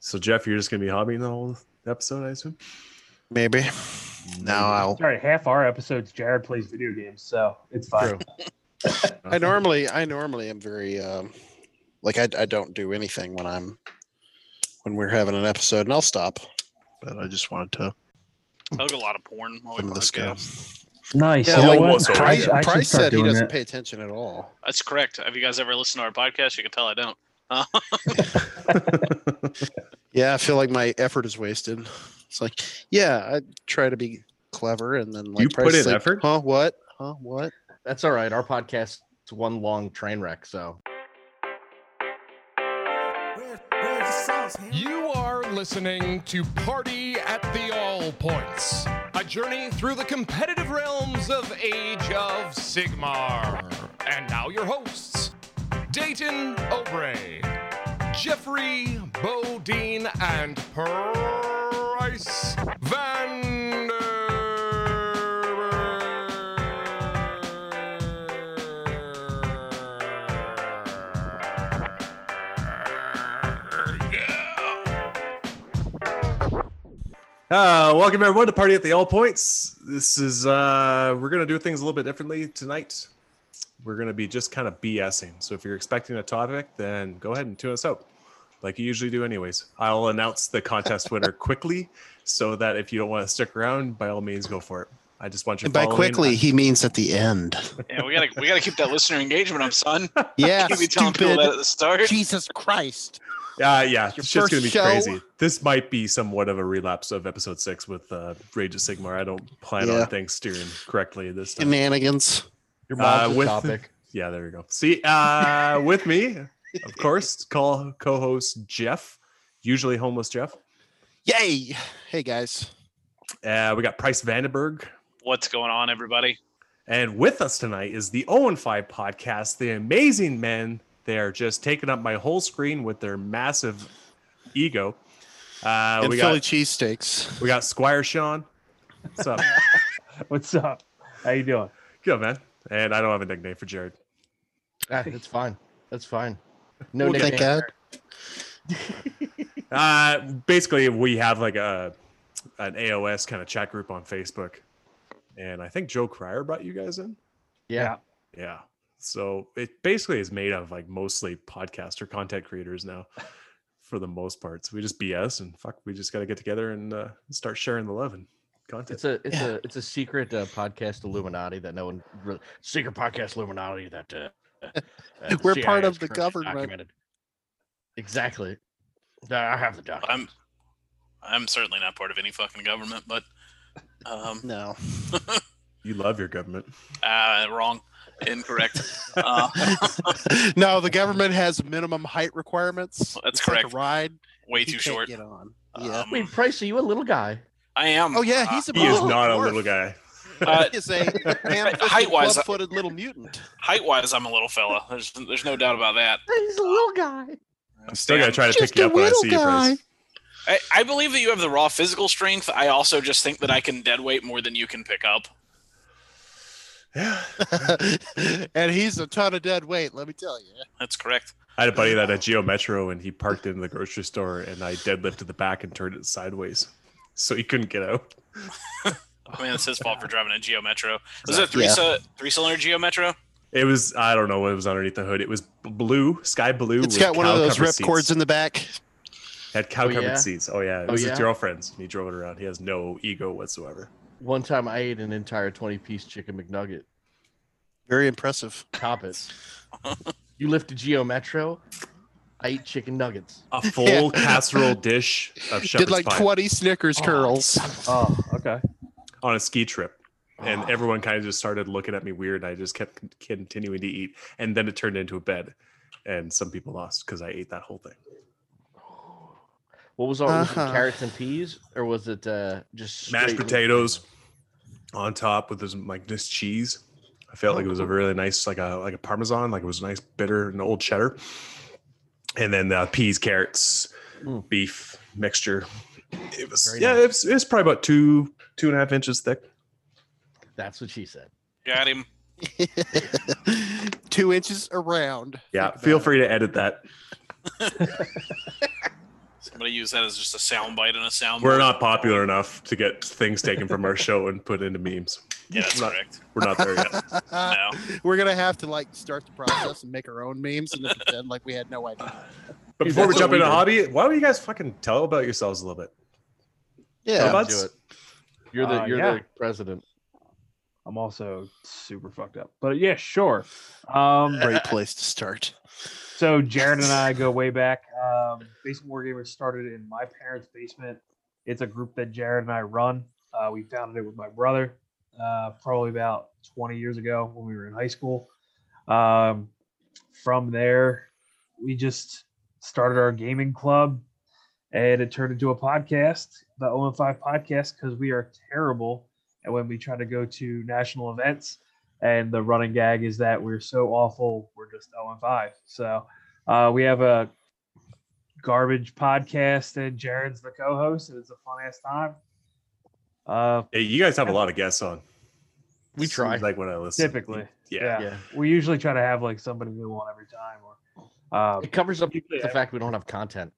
So Jeff, you're just gonna be hobbying the whole episode, I assume. Maybe. Now I'll. Sorry, half our episodes Jared plays video games, so it's True. fine. I normally, I normally am very, um, like I, I don't do anything when I'm, when we're having an episode, and I'll stop. But I just wanted to I look at a lot of porn. while we come to this guy. podcast. Nice. Yeah, You know like what? what's over I- Price, there? I should Price start said he doing doesn't that. pay attention at all. That's correct. Have you guys ever listened to our podcast? You can tell I don't. Uh, Yeah, I feel like my effort is wasted. It's like, yeah, I try to be clever, and then like You put Price is in like, effort? Huh? What? Huh? What? That's all right. Our podcast's one long train wreck, so You are listening to Party at the All Points, a journey through the competitive realms of Age of Sigmar. And now your hosts, Dayton Obrey, Jeffrey Bodine, and Price Vander. Uh, welcome everyone to Party at the All Points. This is uh, we're gonna do things a little bit differently tonight. We're gonna be just kind of BSing. So if you're expecting a topic, then go ahead and tune us out, like you usually do, anyways. I'll announce the contest winner quickly, so that if you don't want to stick around, by all means, go for it. I just want you. And by quickly, he means at the end. yeah, we gotta we gotta keep that listener engagement up, son. Yeah, Can't be telling people that at stupid. the start. Jesus Christ. Uh, Yeah, yeah, Your it's just first gonna be show. crazy. This might be somewhat of a relapse of episode six with uh, Rage of Sigmar. I don't plan Yeah. on things steering correctly this time. Shenanigans. your Uh, mom's the with- topic. Yeah, there we go. See, uh, with me, of course, call co-host Jeff, usually homeless Jeff. Yay! Hey guys. Uh, we got Price Vandenberg, What's going on, everybody? and with us tonight is the Owen Five podcast, the amazing men. They are just taking up my whole screen with their massive ego. Uh, and we Philly got cheesesteaks. we got Squire Sean. What's up? What's up? How you doing? Good man. And I don't have a nickname for Jared. Ah, that's fine. That's fine. No Well, Thank nickname. God. Uh, basically, we have like a an AOS kind of chat group on Facebook, and I think Joe Cryer brought you guys in. Yeah. Yeah. So it basically is made of like mostly podcast or content creators now, for the most part. So we just BS and fuck, we just got to get together and uh, start sharing the love and content. It's a it's a it's a secret uh, podcast Illuminati that no one really, secret podcast Illuminati that uh, uh, the We're CIA part of is the currently government. documented. Exactly. Uh, I have the document. I'm I'm certainly not part of any fucking government, but um, No. you love your government. uh, wrong, incorrect. Uh, no, the government has minimum height requirements. That's It's like a correct. ride. way He too can't short. Get on. Um, Yeah. Wait, Price, are you a little guy? I am. oh yeah, he's a. He is oh, not a dwarf. little guy. uh, uh, He is a Height-wise, I- height footed little mutant. height wise, I'm a little fella. There's there's no doubt about that. He's a little guy. I'm still gonna try to Just pick you a up when I little see you. Price. I, I believe that you have the raw physical strength. I also just think that I can deadweight more than you can pick up. Yeah. and he's a ton of dead weight. Let me tell you. That's correct. I had a buddy that had Geo Metro and he parked in the grocery store and I deadlifted the back and turned it sideways. So he couldn't get out. I mean, it's his fault for driving a Geo Metro. Was it a three Yeah. cy- three cylinder Geo Metro? It was I don't know what was underneath the hood. It was blue, sky blue. It's with got one of those cow-covered rip seats. cords in the back. had cow covered yeah? seats. Oh yeah, it Oh, was yeah? his girlfriend's and he drove it around. He has no ego whatsoever. One time I ate an entire 20 piece chicken McNugget. Very impressive. Top it. you lifted Geo Metro. I eat chicken nuggets. A full casserole dish of shepherd's Did like pie 20 Snickers Oh. curls. Oh, okay. on a ski trip. And Ah. everyone kind of just started looking at me weird. I just kept con- continuing to eat. And then it turned into a bed. And some people lost because I ate that whole thing. What was all was it Uh-huh. carrots and peas, or was it uh, just Mashed straight- potatoes on top with this like this cheese. I felt like it was Oh. a really nice like a like a parmesan, like it was nice bitter and old cheddar. And then uh, peas, carrots, Mm. beef mixture. It was Very yeah, nice. it's it's probably about two two and a half inches thick. That's what she said. Got him. Two inches around. Yeah, Think feel about free to edit that. I'm gonna use that as just a soundbite and a sound. We're bite. not popular enough to get things taken from our show and put into memes. Yeah, that's not- correct. We're not there yet. No. We're gonna have to like start the process and make our own memes and then pretend like we had no idea. But Dude, before we that's jump what we into do. hobby, why don't you guys fucking tell about yourselves a little bit? Yeah, Robots? Do it. You're the Uh, you're yeah. the president. I'm also super fucked up, but yeah, sure. Um, great place to start. So Jared and I go way back. Um, basement Wargamers started in my parents' basement. It's a group that Jared and I run. Uh, we founded it with my brother, uh, probably about 20 years ago when we were in high school. Um, from there, we just started our gaming club, and it turned into a podcast, the OM5 podcast, because we are terrible. And when we try to go to national events, and the running gag is that we're so awful, we're just 0 and 5. So uh, we have a garbage podcast, and Jared's the co host, and it's a fun ass time. Uh, Hey, you guys have a lot of guests on. We Seems try. Like when I listen. typically, Yeah. yeah. we usually try to have like somebody new on every time, or um, It covers up Usually the I- fact we don't have content.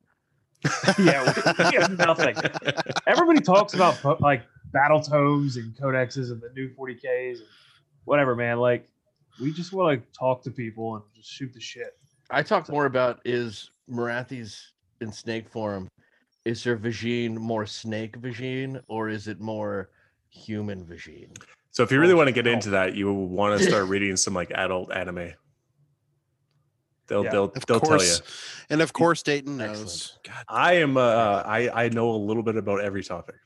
yeah, we, we have nothing. Everybody talks about po- like battle tomes and codexes and the new 40ks and whatever, man. Like, we just want to talk to people and just shoot the shit. I talk more about is Marathi's in snake form. Is her Vagine more snake Vagine or is it more human Vagine? So if you Oh, really want to get into that, you want to start reading some like adult anime. They'll Yeah, they'll Of they'll tell course, you. and of course, Dayton knows. Excellent. I am uh I I know a little bit about every topic.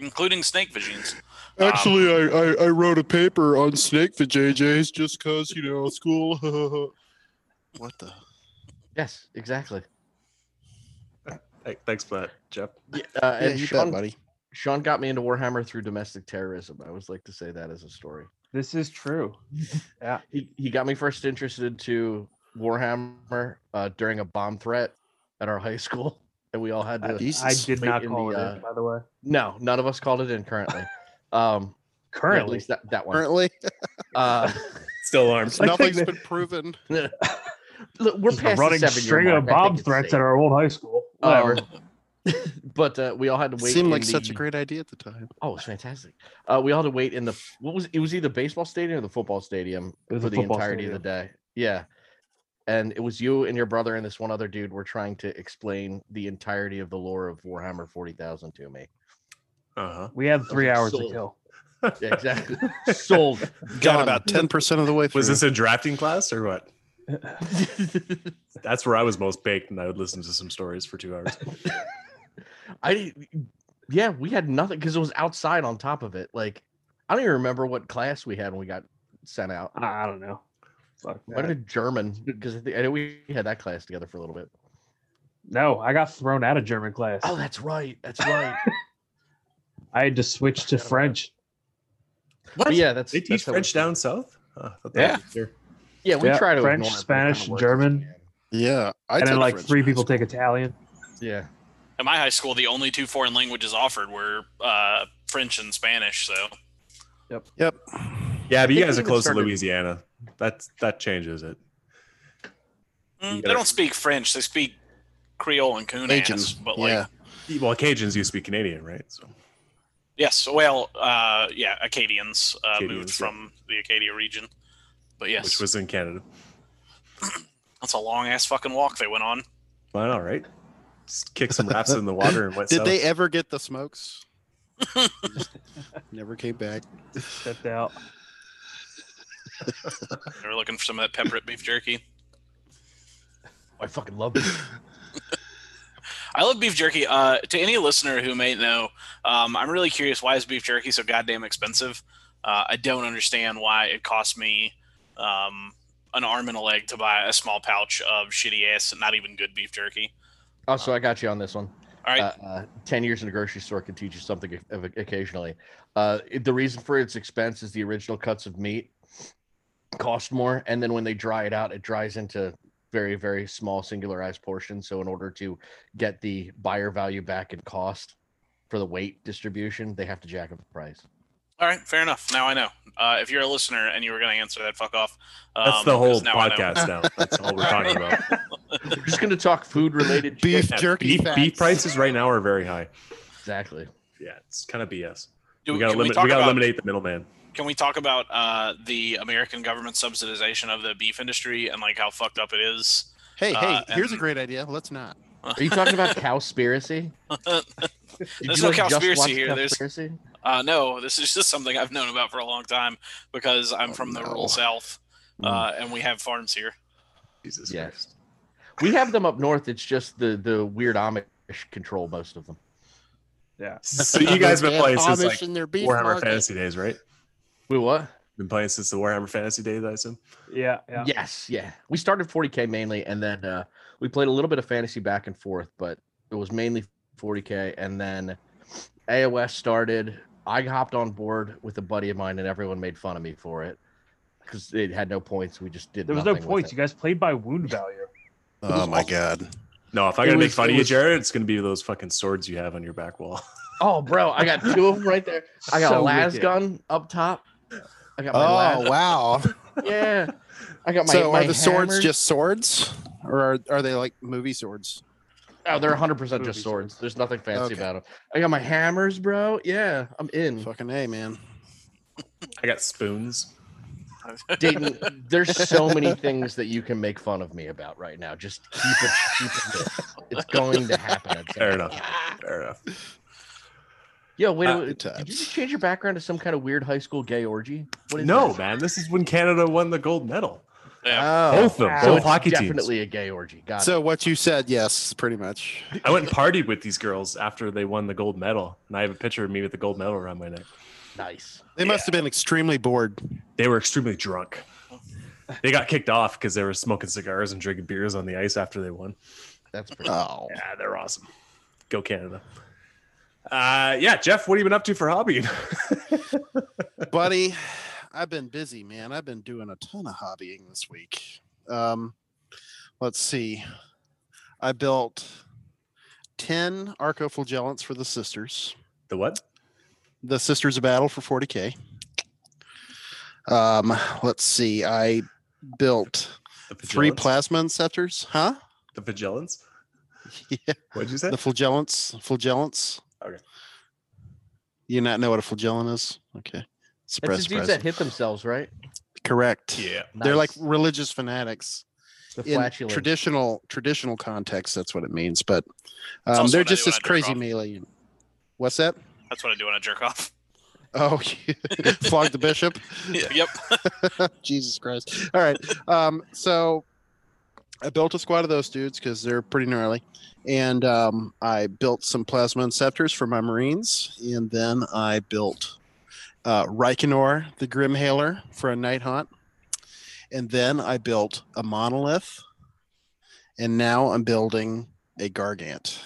including snake visions. Actually, I, I I wrote a paper on snake for JJ's just cause you know school. what the? Yes, exactly. Th- Thanks for that, Jeff. Yeah, uh, Yeah, and you bet, Sean, buddy. Sean got me into Warhammer through domestic terrorism. I always like to say that as a story. This is true. He, he got me first interested to Warhammer uh, during a bomb threat at our high school, and we all had to. Jesus. I did Wait, not in call the, it, in, uh, by the way. no, none of us called it in currently. Um, yeah, at Currently, least that that one. Currently, Uh, Still armed. I think nothing's that- been proven. look, we're just past running the seven-year string of mark. I think bomb it's threats safe. at our old high school. Whatever. Um, but uh, we all had to wait. Seemed in like such a the- great idea at the time. Oh, it's fantastic. Uh, we all had to wait in the what was it was either baseball stadium or the football stadium It was for a the football entirety of the day. Yeah. And it was you and your brother and this one other dude were trying to explain the entirety of the lore of Warhammer 40,000 to me. Uh-huh. we had three like, hours to sold. kill. Yeah, exactly. Sold. Got Done. about ten percent of the way through. Was this a drafting class or what? That's where I was most baked and I would listen to some stories for two hours. I didn't- yeah, we had nothing because it was outside on top of it. Like I don't even remember what class we had when we got sent out. I, I don't know. Fuck Might have that. been German because I, think- I know we had that class together for a little bit. No, I got thrown out of German class. Oh, that's right. That's right. I had to switch to forgot about French. But yeah, that's They that's teach how we French started. down south? Oh, I thought that was here. Yeah, we Yeah, try to French, ignore it, but it Spanish, kinda works German. as Yeah, I and then took like French three in high people take Italian. we can. Yeah, At my high school, the only two foreign languages offered were uh, French and Spanish. So Mm, school. Yep. Yeah, but think you we guys are even close started- to Louisiana. That's that changes it. Mm, they gotta- don't speak French; they speak Creole and Legion. Coonass. But like, Yeah. Well, Cajuns used to be Canadian, right? So yes, well, uh, yeah, Acadians, uh, moved Acadians, yeah. from the Acadia region. But yes, which was in Canada. that's a long ass fucking walk they went on. Why not, right? Just kick some raps in the water and went Did south. they ever get the smokes? Just Never came back. Stepped out. They were looking for some of that pepperette beef jerky. I fucking love it. I love beef jerky. Uh, to any listener who may know, um, I'm really curious why is beef jerky so goddamn expensive? Uh, I don't understand why it cost me um, an arm and a leg to buy a small pouch of shitty ass, not even good beef jerky. Also, I got you on this one. All right, Uh, uh, Ten years in a grocery store can teach you something o- o- occasionally. Uh, it- the reason for its expense is the original cuts of meat cost more, and then when they dry it out, it dries into very, very small singularized portions. So, in order to get the buyer value back in cost for the weight distribution, they have to jack up the price. All right, fair enough. Now I know. Uh, if you're a listener and you were going to answer that, fuck off. Um, That's the whole 'cause now I know. podcast now. That's all we're talking about. We're just gonna talk food related Beef Yeah, jerky. beef, facts. beef prices right now are very high. Exactly. Yeah, it's kind of BS. Do- we gotta can we limit. talk We, gotta about- eliminate the middleman. Can we talk about uh, the American government subsidization of the beef industry and like how fucked up it is? Hey, hey, Uh, here's a and- great idea. Let's not. Are you talking about cowspiracy? There's Did you, no like, just cowspiracy watch here. There's- Cowspiracy? Uh, no, this is just something I've known about for a long time because I'm Oh, from the no. rural South uh, and we have farms here. Jesus Yes. Christ. We have them up north. It's just the the weird Amish control most of them. So you guys have been playing since Amish like in their beef Warhammer market. Fantasy days, right? We what? Been playing since the Warhammer Fantasy days, I assume. Yeah, yeah. Yes, yeah. We started 40k mainly, and then uh, we played a little bit of fantasy back and forth, but it was mainly 40k. And then AOS started. I hopped on board with a buddy of mine, and everyone made fun of me for it because it had no points. We just did. There was no points. You guys played by wound value. Oh my god. No, if I'm It gonna make was- fun it of you, was- Jared, it's gonna be those fucking swords you have on your back wall. Oh, bro, I got two of them right there. I got So a las wicked. gun up top. I got my las- Oh wow. yeah. I got my. so my are the swords hammer. just swords, or are, are they like movie swords? Oh, they're 100 percent Movie just swords. There's nothing Okay. fancy about them. I got my hammers, bro. Yeah, I'm in. Fucking a man. I got spoons. Dayton, there's so many things that you can make fun of me about right now. Just keep it. Keep it real. it's going to happen. at some Fair point. enough. Uh, Fair enough. Yo, wait. Ah, wait, good did you times. just change your background to some kind of weird high school gay orgy? What is No, this? man, this is when Canada won the gold medal. Yeah. Oh, both of them, wow. so both it's hockey teams. definitely a gay orgy. Got it. So what you said, yes, pretty much. I went and partied with these girls after they won the gold medal, and I have a picture of me with the gold medal around my neck. Nice. They must have been extremely bored. They were extremely drunk. They got kicked off because they were smoking cigars and drinking beers on the ice after they won. That's pretty. Oh, Yeah, they're awesome. Go Canada. Uh, yeah, Jeff, what have you been up to for hobbying? buddy, I've been busy, man. I've been doing a ton of hobbying this week. Um, let's see. I built ten arcoflagellants for the sisters. the what? the Sisters of Battle for 40k. Um, let's see. I built The three flagellants? plasma inceptors, huh? The flagellants. Yeah, What'd you say? the flagellants, flagellants. Okay. You not know what a flagellant is? Okay. Surprise, That's the surprise. dudes that hit themselves, right? Correct. yeah. They're like Nice. religious fanatics the in flatulence. traditional traditional context. That's what it means. But It's um, also they're what I just do when this I jerk crazy off. melee. What's that? That's what I do when I jerk off. Oh, flog the bishop. yep. Jesus Christ. All right. Um, so I built a squad of those dudes because they're pretty gnarly. And um, I built some plasma inceptors for my Marines. And then I built uh, Reikenor, the Grim Hailer, for a night hunt. And then I built a monolith. And now I'm building a Gargant.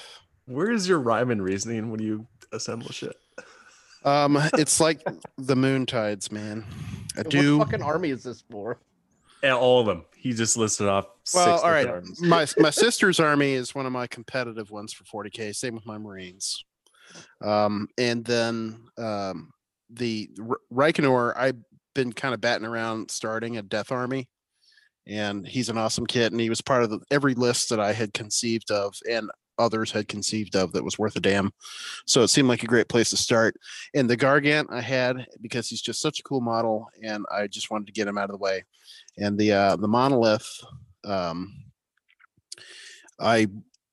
Where is your rhyme and reasoning when you assemble shit? Um, it's like the moon tides, man. I What do. fucking army is this for? Yeah, all of them. He just listed off. Well, six all different right. armies. my my sister's army is one of my competitive ones for 40k. Same with my Marines. Um, and then um, the R- Reikenor, I've been kind of batting around starting a Death Army, and he's an awesome kid, and he was part of the, every list that I had conceived of, and others had conceived of that was worth a damn. So it seemed like a great place to start. And the Gargant I had because he's just such a cool model, and I just wanted to get him out of the way. And the uh, the monolith. Um, I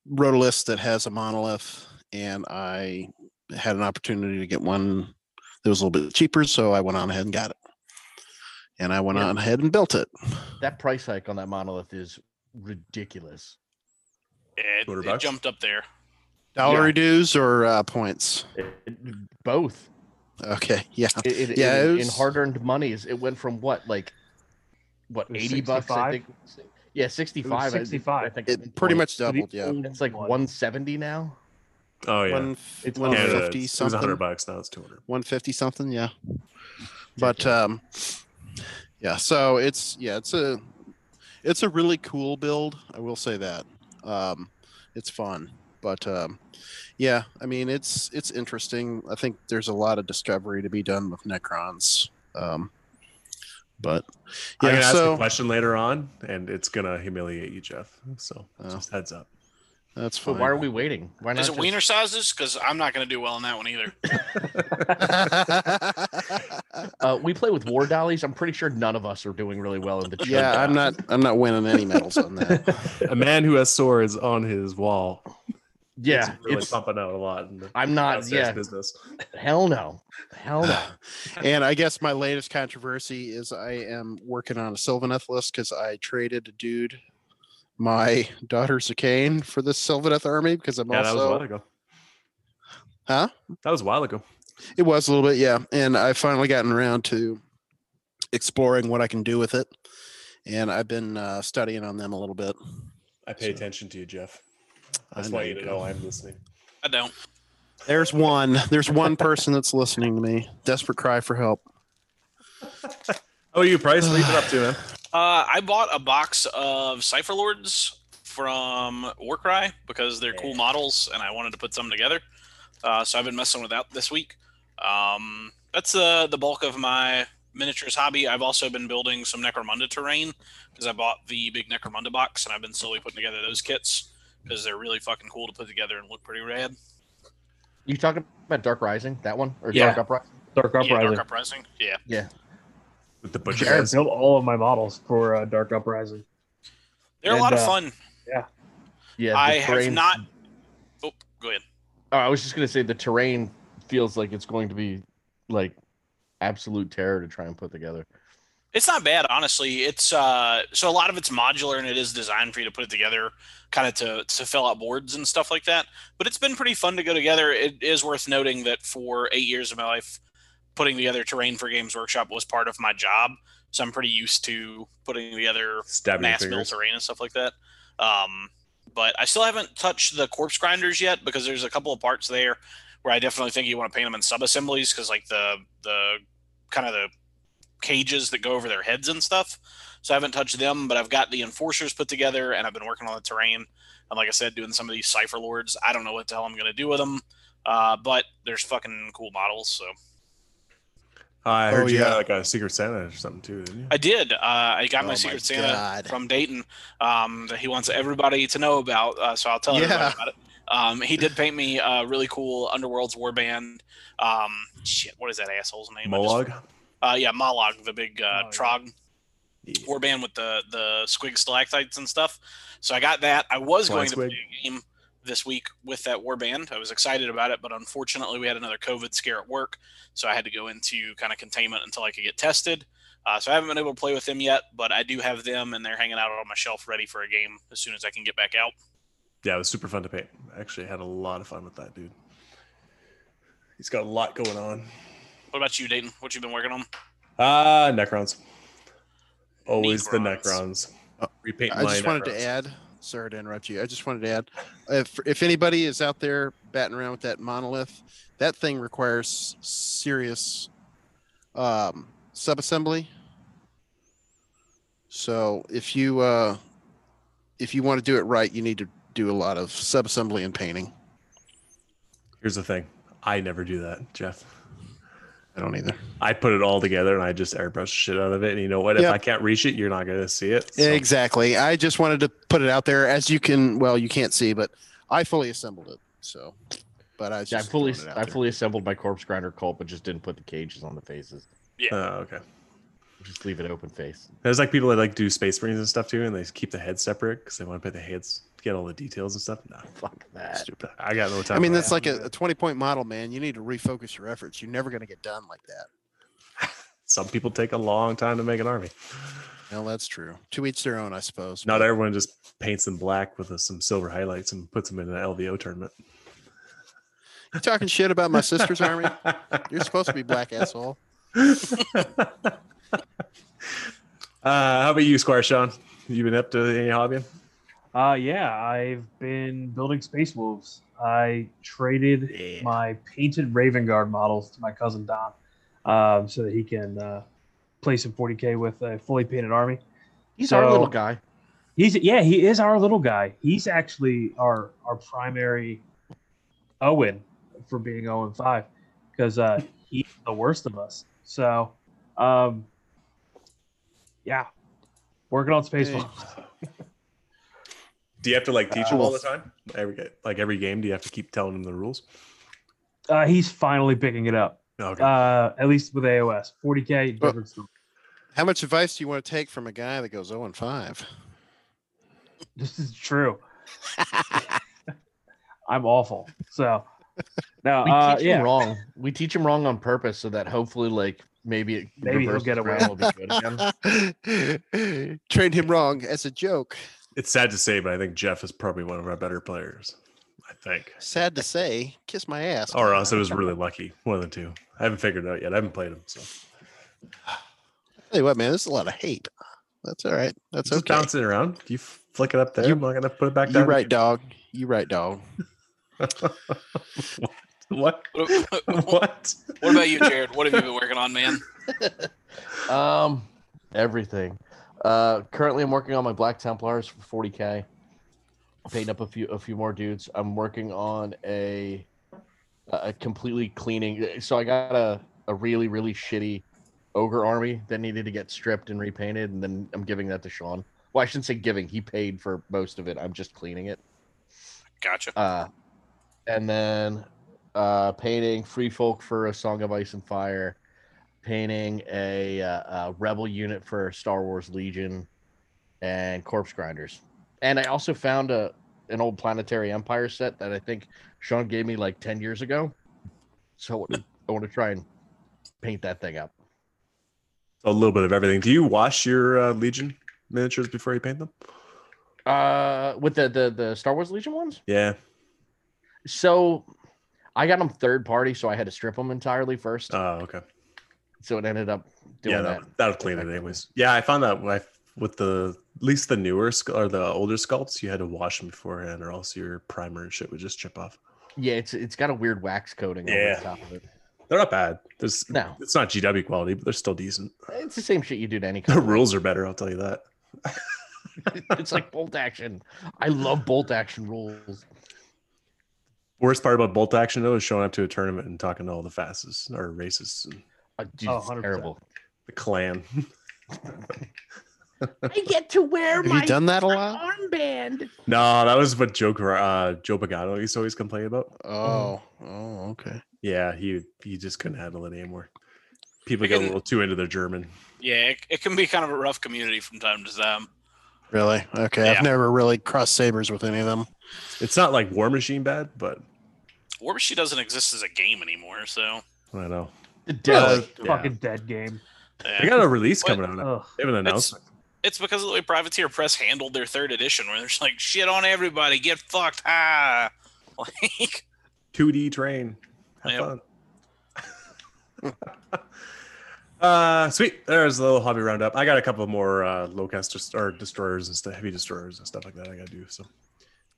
wrote a list that has a monolith, and I had an opportunity to get one that was a little bit cheaper, so I went on ahead and got it. And I went Yeah. on ahead and built it. That price hike on that monolith is ridiculous. It, Quarter it bucks? jumped up there. Dollar dues or uh, points? It- both. Okay, yeah, It, it, Yeah, in- it in was- hard-earned monies, it went from what, like, what, It was eighty bucks? 65? I think. Yeah, sixty-five. I- 65. I think at one it pretty point. much doubled. Yeah, It's like one seventy now. Oh yeah. one It's one Canada, fifty it was hundred something. bucks. Now it's two hundred. One fifty something. Yeah, but um, yeah. So it's yeah, it's a it's a really cool build. I will say that. Um, it's fun, But um, yeah, I mean it's it's interesting. I think there's a lot of discovery to be done with Necrons. Um, but I'm yeah, gonna ask a so question later on, and it's gonna humiliate you, Jeff. So Oh. just heads up. that's But fine. why are we waiting? Why not? Is it just- wiener sizes? Because I'm not going to do well on that one either. Uh, we play with war dollies. I'm pretty sure none of us are doing really well in the. chip. yeah, I'm not I'm not winning any medals on that. A man who has swords on his wall. Yeah, it's really it's- pumping out a lot. In the I'm not. downstairs Yeah, business. hell no, hell no. and I guess my latest controversy is I am working on a Sylvaneth list because I traded a dude, my daughter Sakane, for this Sylvaneth army because I'm Yeah, that was a also while ago. Huh? That was a while ago. It was a little bit, yeah. And I've finally gotten around to exploring what I can do with it. And I've been uh, studying on them a little bit. I pay attention to you, Jeff. I I just know want you you to do. know I'm listening. I don't. There's one. There's one person that's listening to me. Desperate cry for help. Oh, you Price, leave it up to man. Uh, I bought a box of Cypher Lords from Warcry because they're cool models, and I wanted to put some together. Uh, so I've been messing with that this week. Um, that's the the bulk of my miniatures hobby. I've also been building some Necromunda terrain because I bought the big Necromunda box, and I've been slowly putting together those kits because they're really fucking cool to put together and look pretty rad. You talking about Dark Rising? That one or Yeah. Dark Uprising? Dark Yeah, Uprising. Dark Uprising. Yeah. With the butcher I guys. built all of my models for uh, Dark Uprising. They're a And, lot of uh, fun. Yeah, the I have terrain- not. Oh, go ahead. Oh, I was just gonna say the terrain feels like it's going to be like absolute terror to try and put together. It's not bad, honestly. It's uh, so a lot of it's modular and it is designed for you to put it together, kind of to to fill out boards and stuff like that. But it's been pretty fun to go together. It is worth noting that for eight years of my life, putting together terrain for Games Workshop was part of my job, so I'm pretty used to putting together Stabbing your mass build fingers. terrain and stuff like that. Um, but I still haven't touched the corpse grinders yet because there's a couple of parts there where I definitely think you want to paint them in sub assemblies because like the the kind of the cages that go over their heads and stuff. So I haven't touched them, but I've got the enforcers put together and I've been working on the terrain. And like I said, doing some of these cipher lords. I don't know what the hell I'm gonna do with them, uh, but there's fucking cool models. So I Oh, heard you yeah. had like a Secret Santa or something too, didn't you? I did. Uh, I got Oh my my Secret Santa God. from Dayton um, that he wants everybody to know about. Uh, so I'll tell Yeah. everybody about it. Um, he did paint me a really cool Underworld's warband. Um, shit, what is that asshole's name? I just- Molag? Uh, yeah, Molog, the big Oh, uh, yeah. Trog warband with the the squig stalactites and stuff. So I got that. I was Flying going to squig. play a game this week with that warband. I was excited about it, but unfortunately we had another COVID scare at work, so I had to go into kind of containment until I could get tested. Uh, so I haven't been able to play with them yet, but I do have them, and they're hanging out on my shelf ready for a game as soon as I can get back out. Yeah, it was super fun to paint. I actually had a lot of fun with that dude. He's got a lot going on. What about you, Dayton? What you been working on? Ah, Necrons. Always the Necrons. Necrons. Repaint Oh, I just my wanted Necrons. to add. Sorry to interrupt you. I just wanted to add, if if anybody is out there batting around with that monolith, that thing requires serious um, subassembly. So if you uh, if you want to do it right, you need to do a lot of subassembly and painting. Here's the thing I never do that, Jeff. I don't either. I put it all together and I just airbrush shit out of it. And you know what? Yeah. If I can't reach it, you're not going to see it. So Exactly. I just wanted to put it out there as you can. Well, you can't see, but I fully assembled it. So, but I Yeah, I just fully throwing it out I there. fully assembled my corpse grinder cult, but just didn't put the cages on the faces. Oh, okay. Just leave it open face. There's like people that like do space marines and stuff too, and they keep the heads separate because they want to put the heads, get all the details and stuff. Nah, Fuck that. stupid. I got no time. I mean, for that's like a, Yeah. a 20 point model, man. You need to refocus your efforts. You're never going to get done like that. some people take a long time to make an army. No, that's true. To each their own, I suppose. Not but- everyone just paints them black with uh some silver highlights and puts them in an LVO tournament. You talking shit about my sister's army. You're supposed to be black asshole. uh, how about you, Squire Sean? You been up to any hobbying? Uh, yeah, I've been building Space Wolves. I traded my painted Raven Guard models to my cousin Don, um, so that he can uh, play some 40k with a fully painted army. He's our little So- guy. He's yeah, he is our little guy. He's actually our our primary Owen for being 0 and 5 because uh, he's the worst of us. So, um, yeah, working on space. Hey. Force. Do you have to like teach him Uh, all the time? Every ga- like every game, do you have to keep telling him the rules? Uh, he's finally picking it up. Okay. Uh, at least with AOS, 40k Well- different story. How much advice do you want to take from a guy that goes 0 and 5? This is true. I'm awful. So, no, We uh, teach him yeah, wrong. We teach him wrong on purpose so that hopefully, like maybe it Maybe he'll reverses get away. around, it'll be good again. Trained him wrong as a joke. it's sad to say, but I think Jeff is probably one of our better players. I think, Sad to say, kiss my ass. or else it was really lucky. One of the two. I haven't figured it out yet. I haven't played him, so Tell you what, man, this is a lot of hate. That's all right. That's just okay. bouncing around. You flick it up there. You- I'm not gonna put it back You down. right, dog. You right, dog. What? What, what What? about you, Jared? What have you been working on, man? Um, everything. Uh, currently, I'm working on my Black Templars for 40k. Painting up a few a few more dudes. I'm working on a a completely cleaning. So I got a a really really shitty ogre army that needed to get stripped and repainted, and then I'm giving that to Sean. Well, I shouldn't say giving. He paid for most of it. I'm just cleaning it. Gotcha. Uh, and then uh, painting Free Folk for A Song of Ice and Fire, painting a, uh, a Rebel unit for Star Wars Legion, and Corpse Grinders. And I also found a an old Planetary Empire set that I think Sean gave me like ten years ago. So I want to try and paint that thing up. A little bit of everything. Do you wash your uh, Legion miniatures before you paint them? Uh, with the the the Star Wars Legion ones. Yeah. So I got them third party, so I had to strip them entirely first. Oh, okay. so it ended up doing yeah, that. that, that'll clean it effectively. anyways. Yeah, I found that with, with the at least the newer sc- or the older sculpts, you had to wash them beforehand, or else your primer and shit would just chip off. Yeah, it's it's got a weird wax coating Yeah. over the top of it. They're not bad. There's No, it's not GW quality, but they're still decent. it's the same shit you do to any The color. rules are better, I'll tell you that. it's like bolt action. I love bolt action rules. Worst part about bolt action though is showing up to a tournament and talking to all the fastest or races, and Uh, dude, Oh, it's 100%. terrible. the clan. I get to wear Have you done that a lot? armband. no, that was what Joe Car- uh, Joe Pagano used to always complain about. Oh, oh, okay. Yeah, he he just couldn't handle it anymore. People I get a can- little too into their German. Yeah, it, it can be kind of a rough community from time to time. Really? Okay. Yeah. I've never really crossed sabers with any of them. It's not like War Machine bad, but War Machine doesn't exist as a game anymore, so I don't know. The death. Uh, yeah. fucking dead game. yeah. They got a release What? coming out. Ugh. They haven't It's- announced. It's because of the way Privateer Press handled their third edition, where they're just like, shit on everybody, get fucked, ah. Like, 2D train. Have Yep. fun. uh, sweet. There's a little hobby roundup. I got a couple more uh, low cast dest- or destroyers and stuff, heavy destroyers and stuff like that. I gotta do so.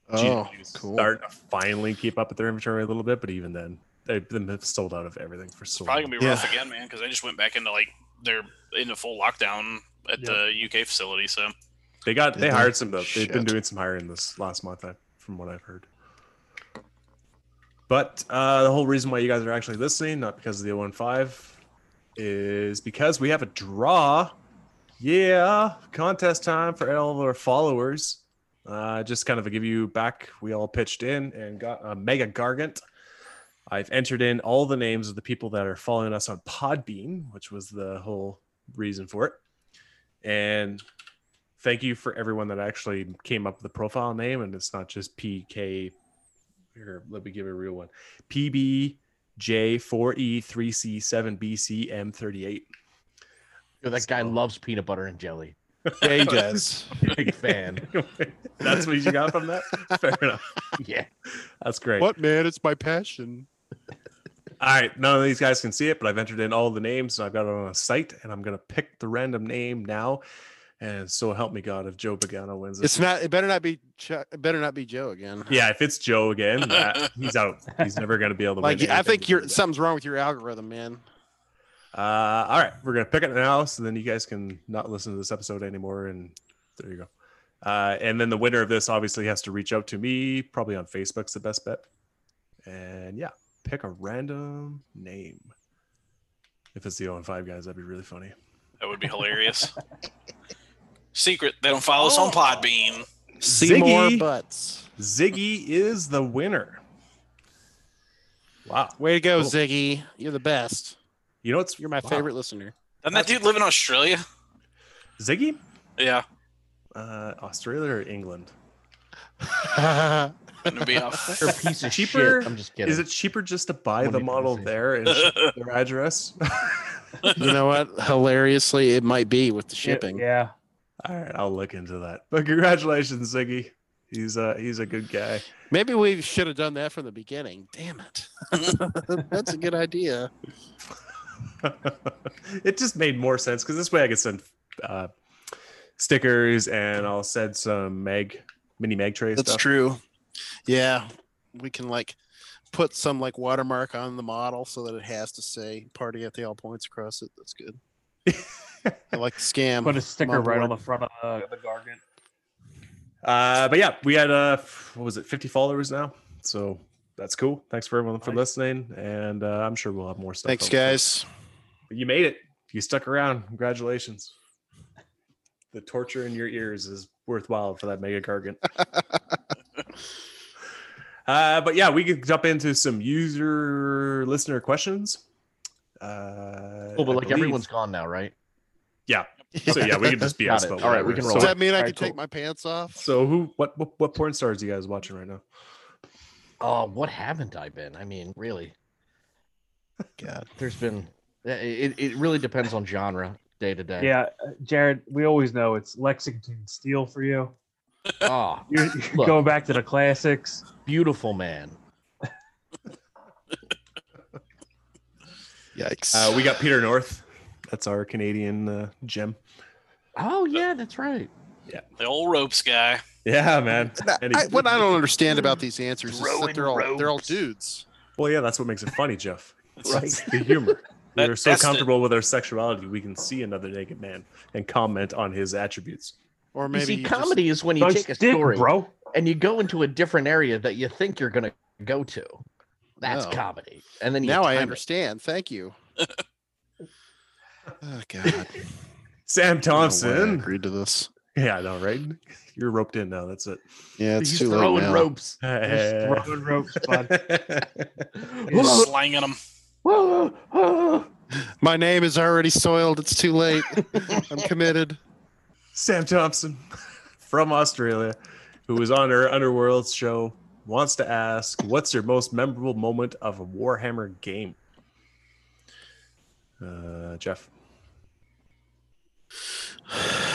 Oh, GW's cool. Starting to finally keep up with their inventory a little bit, but even then, they, they've sold out of everything for so probably long. gonna be rough Yeah. again, man, because they just went back into like they're into full lockdown at the UK facility. So They got Did they they? hired some though. They've been Shit. doing some hiring this last month, I, from what I've heard. But uh, the whole reason why you guys are actually listening, not because of the 015, is because we have a draw. Yeah, contest time for all of our followers. Uh, just kind of to give you back, we all pitched in and got a mega gargant. I've entered in all the names of the people that are following us on Podbean, which was the whole reason for it. And thank you for everyone that actually came up with the profile name and it's not just pk here let me give it a real one E pbj4e3c7bcm38 Yo, that guy loves peanut butter and jelly. Yeah, he does. Big fan. that's what you got from that fair enough Yeah. that's great What, man? It's my passion. all right none of these guys can see it but i've entered in all the names and i've got it on a site and i'm going to pick the random name now and so help me god if joe pagano wins this It's not. It better not be. Chuck, it better not be Joe again. yeah if it's joe again that, he's out he's never going to be able to Like win I think anything. you're something's wrong with your algorithm, man. Uh, all right, we're gonna pick it now, so then you guys can not listen to this episode anymore, and there you go. Uh, and then the winner of this obviously has to reach out to me, probably on Facebook's the best bet. And yeah, pick a random name. If it's the 0 and 5 guys, that'd be really funny. That would be hilarious. Secret, they don't follow us on Podbean. Seymour Ziggy. Butts. Ziggy is the winner. Wow. Way to go, Cool. Ziggy. You're the best. You know what's You're my wow. favorite listener. Doesn't that dude live in Australia? Ziggy? Yeah, Uh, Australia or England? wouldn't it be off. You're a piece of Cheaper- shit. I'm just kidding. Is it cheaper just to buy Wouldn't the be model crazy. there and ship their address? you know what? Hilariously, it might be with the shipping. Yeah. All right, I'll look into that. But congratulations, Ziggy. He's uh he's a good guy. Maybe we should have done that from the beginning. Damn it. That's a good idea. it just made more sense because this way I could send uh, stickers and I'll send some mag mini mag tray That's stuff. true. Yeah. We can like put some like watermark on the model so that it has to say party at the all points across it. That's good. I like the scam. Put a sticker on right on the board. front of the, the garment. Uh, but yeah, we had uh what was it, 50 followers now. So that's cool. Thanks for everyone for Nice. listening, and uh, I'm sure we'll have more stuff. Thanks, up there. guys. But you made it. You stuck around. Congratulations. The torture in your ears is worthwhile for that mega gargant. uh, but yeah, we could jump into some user listener questions. Uh, Oh, but I like believe- everyone's gone now, right? So yeah, we can just be Got asked it. about. All right, we can whatever. roll. Does So, that mean I Alright, can take cool. my pants off? so who? What, what? What porn stars you guys watching right now? Oh, what haven't I been? I mean, really, God. there's been. It, it really depends on genre day to day. Yeah, uh, Jared, we always know it's Lexington Steel for you. Oh, You're, you're Look. going back to the classics. beautiful man. Yikes. Uh, we got Peter North. That's our Canadian uh, gem. Oh yeah, that's right. The old ropes guy. Yeah, man. Now, And he- I, what I don't understand about these answers is that Throwing they're all they're all ropes. dudes. Well, yeah, that's what makes it funny, Jeff. That's- It's the humor. We That- are so that's the- comfortable with our sexuality, we can see another naked man and comment on his attributes. Or You maybe see, you just- comedy is when you Nice take a dick, story bro. and you go into a different area that you think you're gonna go to. That's Oh. comedy. And then you now I time it. understand. Thank you. oh God. Sam I don't know why I Thompson. agreed to this. Yeah, I know, right? You're roped in now. That's it. Yeah, it's He's too late throwing now. ropes. Just throwing ropes, bud. Just slanging them. Whoa, whoa. My name is already soiled. It's too late. I'm committed. Sam Thompson from Australia, who was on her Underworld show, wants to ask, "What's your most memorable moment of a Warhammer game?" Uh, Jeff. Uh,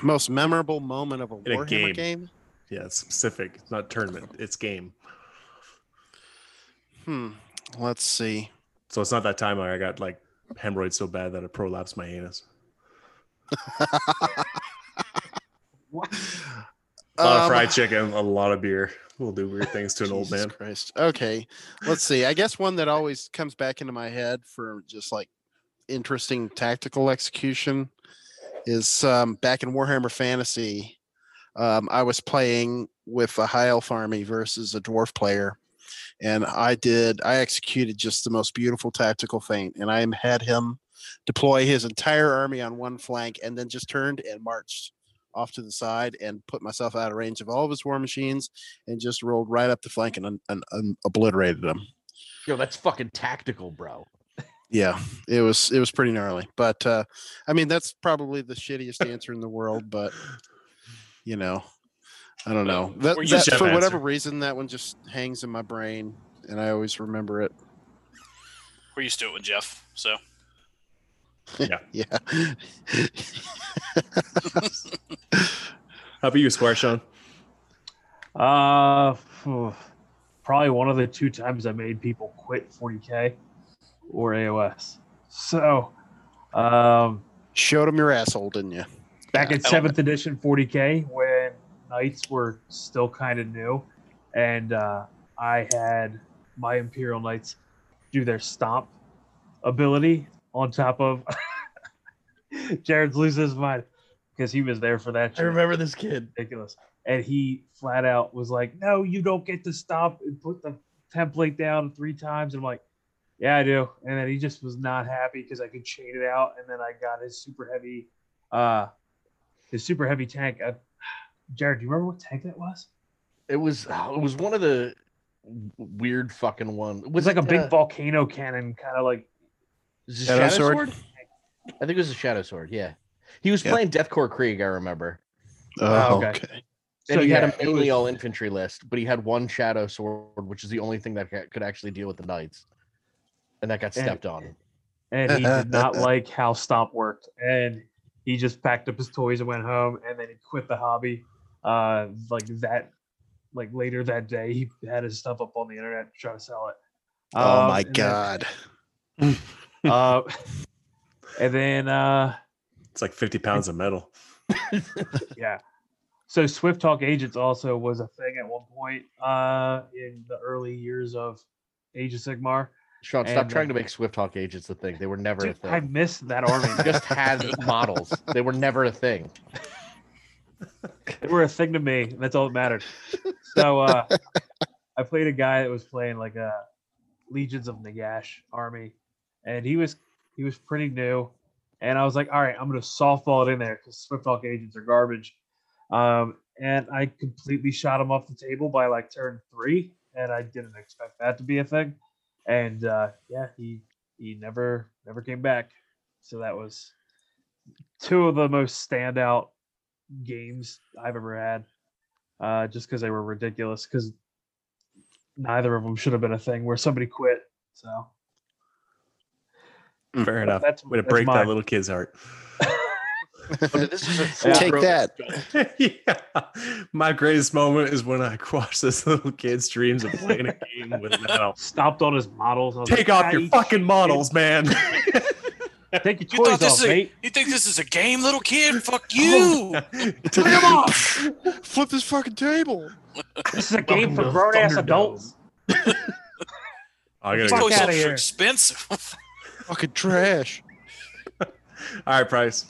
Most memorable moment of a a Warhammer game. game. Yeah, it's specific. It's not tournament. It's game. Hmm. Let's see. So it's not that time where I got like hemorrhoids so bad that it prolapsed my anus. A lot of Um, fried chicken, a lot of beer. We'll do weird things to an old Jesus man. Christ. Okay. Let's see. I guess one that always comes back into my head for just like interesting tactical execution is um, back in Warhammer Fantasy. Um, I was playing with a high elf army versus a dwarf player, and I did. I executed just the most beautiful tactical feint, and I had him deploy his entire army on one flank, and then just turned and marched off to the side and put myself out of range of all of his war machines and just rolled right up the flank and, un- un- un- obliterated them. Yo, that's fucking tactical, bro. Yeah, it was it was pretty gnarly. But uh, I mean, that's probably the shittiest answer in the world. But you know, I don't know. That, Or you that- should for answer. whatever reason, that one just hangs in my brain, and I always remember it. We're used to it with Jeff. So Yeah, How about you, Square Sean? Uh, phew, probably one of the two times I made people quit 40k or AOS. So, um, showed him your asshole, didn't you? back in I don't- seventh edition 40k when knights were still kind of new and uh, i had my imperial knights do their stomp ability on top of jared's loses his mind because he was there for that. I shit. remember this kid. ridiculous. And he flat out was like, "No, you don't get to stop and put the template down three times." And I'm like, "Yeah, I do." And then he just was not happy because I could chain it out, and then I got his super heavy, uh, his super heavy tank. Uh, Jared, do you remember what tank that was? It was uh, it was one of the weird fucking one. It was like a it, big uh, volcano cannon, kind of like is it Shadow Shadow, Sword? sword? I think it was a shadow sword. Yeah, he was Yeah. playing Deathcore Krieg. I remember. Oh, okay. okay. And he yeah, had a it mainly was- all infantry list, but he had one shadow sword, which is the only thing that ca- could actually deal with the knights, and that got And- stepped on. and he did not like how stomp worked and he just packed up his toys and went home and then he quit the hobby uh like that like later that day he had his stuff up on the internet to try to sell it oh Um, my and then- god. uh, and then uh It's like 50 pounds of metal. yeah so swift talk agents also was a thing at one point uh in the early years of age of sigmar Sean, stop And, uh, trying to make Swift Hawk agents a thing. They were never Dude, a thing. i miss that army They just had models. They were never a thing. they were a thing to me. and That's all that mattered. So uh, I played a guy that was playing like a Legions of Nagash army, and he was he was pretty new, and I was like, all right, I'm gonna softball it in there because Swift Hawk agents are garbage. Um, and I completely shot him off the table by like turn three, and I didn't expect that to be a thing. And uh, yeah, he he never never came back. So that was two of the most standout games I've ever had, uh, just because they were ridiculous. Because neither of them should have been a thing where somebody quit. So Fair enough. that's Way to that's break mine. that little kid's heart. This is a Take full-throated that. discussion. yeah. My greatest moment is when I quash this little kid's dreams of playing a game with metal. Stopped on his models. I was Take like, off "God, your eat fucking shit. models, man. Take your You thought toys this off, is a- mate. You think this is a game, little kid? Fuck you! Turn him off! Flip this fucking table. This is a game for to grown ass Thunderdome. adults. I These gotta Fuck go. toys outta are here. expensive. Fucking trash. All right, Price.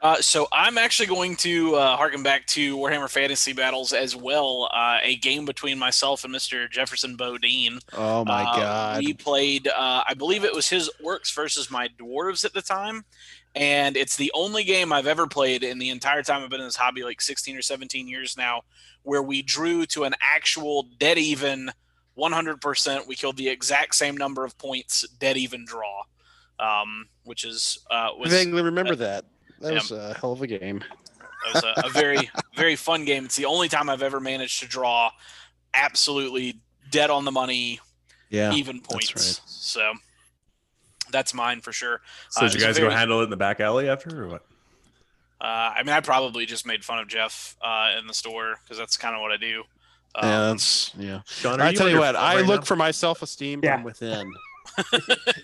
Uh, so I'm actually going to uh, harken back to Warhammer Fantasy Battles as well. Uh, a game between myself and Mr. Jefferson Bodine. Oh my Uh, god. We played, uh, I believe it was his works versus my dwarves at the time, and it's the only game I've ever played in the entire time I've been in this hobby, like 16 or 17 years now, where we drew to an actual dead even 100%. We killed the exact same number of points, dead even draw, um, which is uh, I was, vaguely remember that. That Yeah. was a hell of a game. was a, a very very fun game. It's the only time I've ever managed to draw absolutely dead on the money Yeah. even points. right. So that's mine for sure. So Uh, did you it's guys very- go handle it in the back alley after, or what? Uh, I mean, I probably just made fun of Jeff uh, in the store because that's kind of what I do. Um, yeah, that's yeah. Sean, are I on tell you your what, phone I right look now? for my self-esteem Yeah. from within.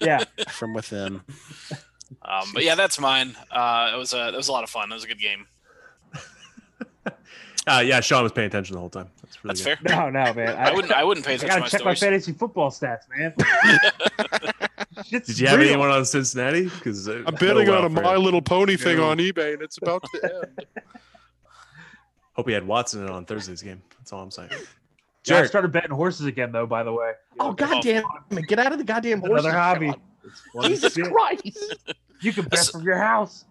Yeah, From within. um, but yeah, that's mine. Uh, it was a it was a lot of fun. It was a good game. Uh, yeah, Sean was paying attention the whole time. That's, really That's good. no, fair. no, man. I, I wouldn't I wouldn't pay I attention to gotta my check my stories. fantasy football stats, man. Shit's Did you have real. anyone on Cincinnati? uh, Because I'm bidding on a My Little Pony thing on eBay, and it's about to end. Hope he had Watson in on Thursday's game. That's all I'm saying. Yeah, I Jared, started betting horses again, though. By the way. Oh goddamn! it. Get out of the goddamn It's horse! another hobby. It's fun as Jesus shit. Christ! You can bet from your house.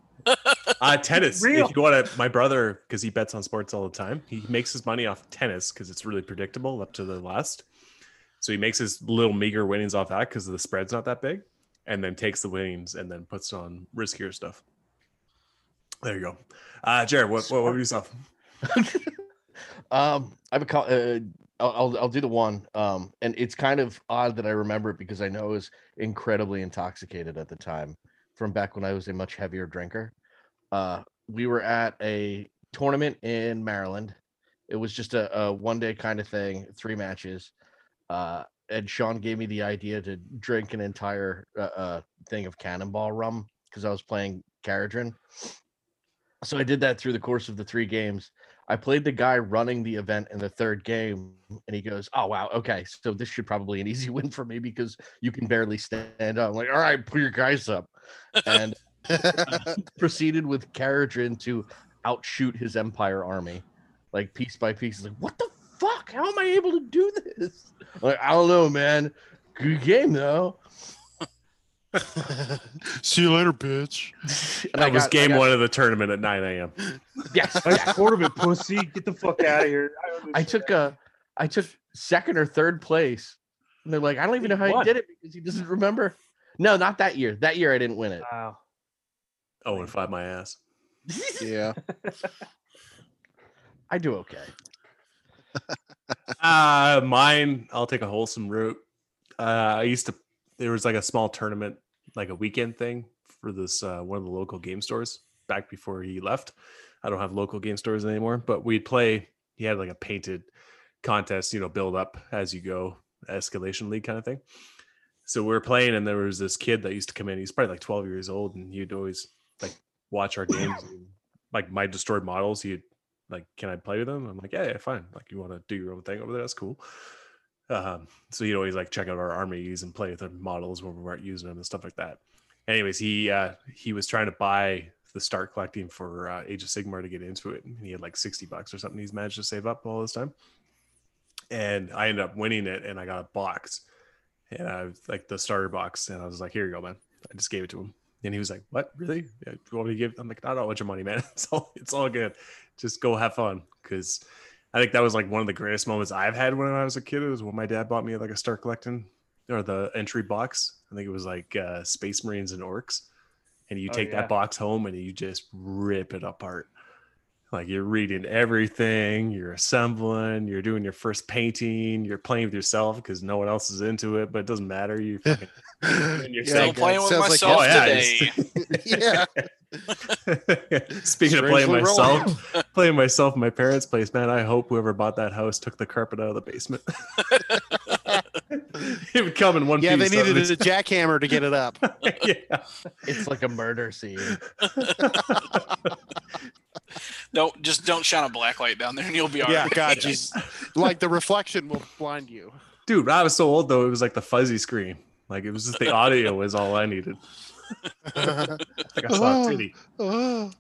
uh, tennis. If Real. you go to my brother, because he bets on sports all the time, he makes his money off tennis because it's really predictable up to the last. So he makes his little meager winnings off that because the spread's not that big, and then takes the winnings and then puts on riskier stuff. There you go. Uh, Jared, what what, what were yourself? Um, I have a co- uh, I'll, I'll I'll do the one. Um, and it's kind of odd that I remember it because I know I was incredibly intoxicated at the time, from back when I was a much heavier drinker. Uh, we were at a tournament in Maryland. It was just a, a one day kind of thing, three matches. Uh, and Sean gave me the idea to drink an entire uh, uh, thing of Cannonball rum because I was playing Caradron. So I did that through the course of the three games. I played the guy running the event in the third game, and he goes, "Oh wow, okay, so this should probably an easy win for me because you can barely stand up." I'm like, "All right, put your guys up," and proceeded with Caradhrin to outshoot his Empire army, like piece by piece. He's like, what the fuck? How am I able to do this? I'm like, I don't know, man. Good game though. See you later, bitch. And That was got- I game got- one of the tournament at 9 a.m. Yes. Nice quarter of it, pussy. Get the fuck out of here. don't I took a, I took second or third place. And they're like, I don't even know how Won. he did it because he doesn't remember. No, not that year. That year I didn't win it. understand. Wow. Oh, and five my ass. Yeah. I do okay. Uh, mine, I'll take a wholesome route. Uh, I used to, there was like a small tournament, like a weekend thing for this uh, one of the local game stores back before he left. I don't have local game stores anymore, but we'd play. He had like a painted contest, you know, build up as you go, escalation league kind of thing. So we were playing, and there was this kid that used to come in. He's probably like 12 years old, and he'd always like watch our games, and, like my destroyed models. He'd like, can I play with them? I'm like, yeah, yeah, fine. Like, you want to do your own thing over there? That's cool. Um, so he'd always like check out our armies and play with our models when we weren't using them and stuff like that. Anyways, he uh, he was trying to buy the start collecting for uh, Age of Sigmar to get into it, and he had like 60 bucks or something. He's managed to save up all this time, and I ended up winning it, and I got a box, and I was like the starter box, and I was like, here you go, man. I just gave it to him. And he was like, "What? Really? Yeah, do you want me to give?" I'm like, "I don't want your money, man. It's all, it's all good just go have fun because i think that was like one of the greatest moments i've had when i was a kid it was when my dad bought me like a star collecting or the entry box i think it was like uh, space marines and orcs and you Oh, take yeah. that box home and you just rip it apart like you're reading everything you're assembling you're doing your first painting you're playing with yourself because no one else is into it but it doesn't matter you fucking You're Still playing with myself Oh, yeah, today. yeah. Speaking of playing Strangely myself, playing myself in my parents' place, man. I hope whoever bought that house took the carpet out of the basement. it would come in one Yeah, they piece. that needed would a jackhammer to get it up. be- yeah. It's like a murder scene. Don't just don't shine a black light down there, and you'll be all yeah, right. God, just like the reflection will blind you. Dude, when I was so old though, it was like the fuzzy screen. Like it was just the audio was all I needed. Like I saw a titty. Oh.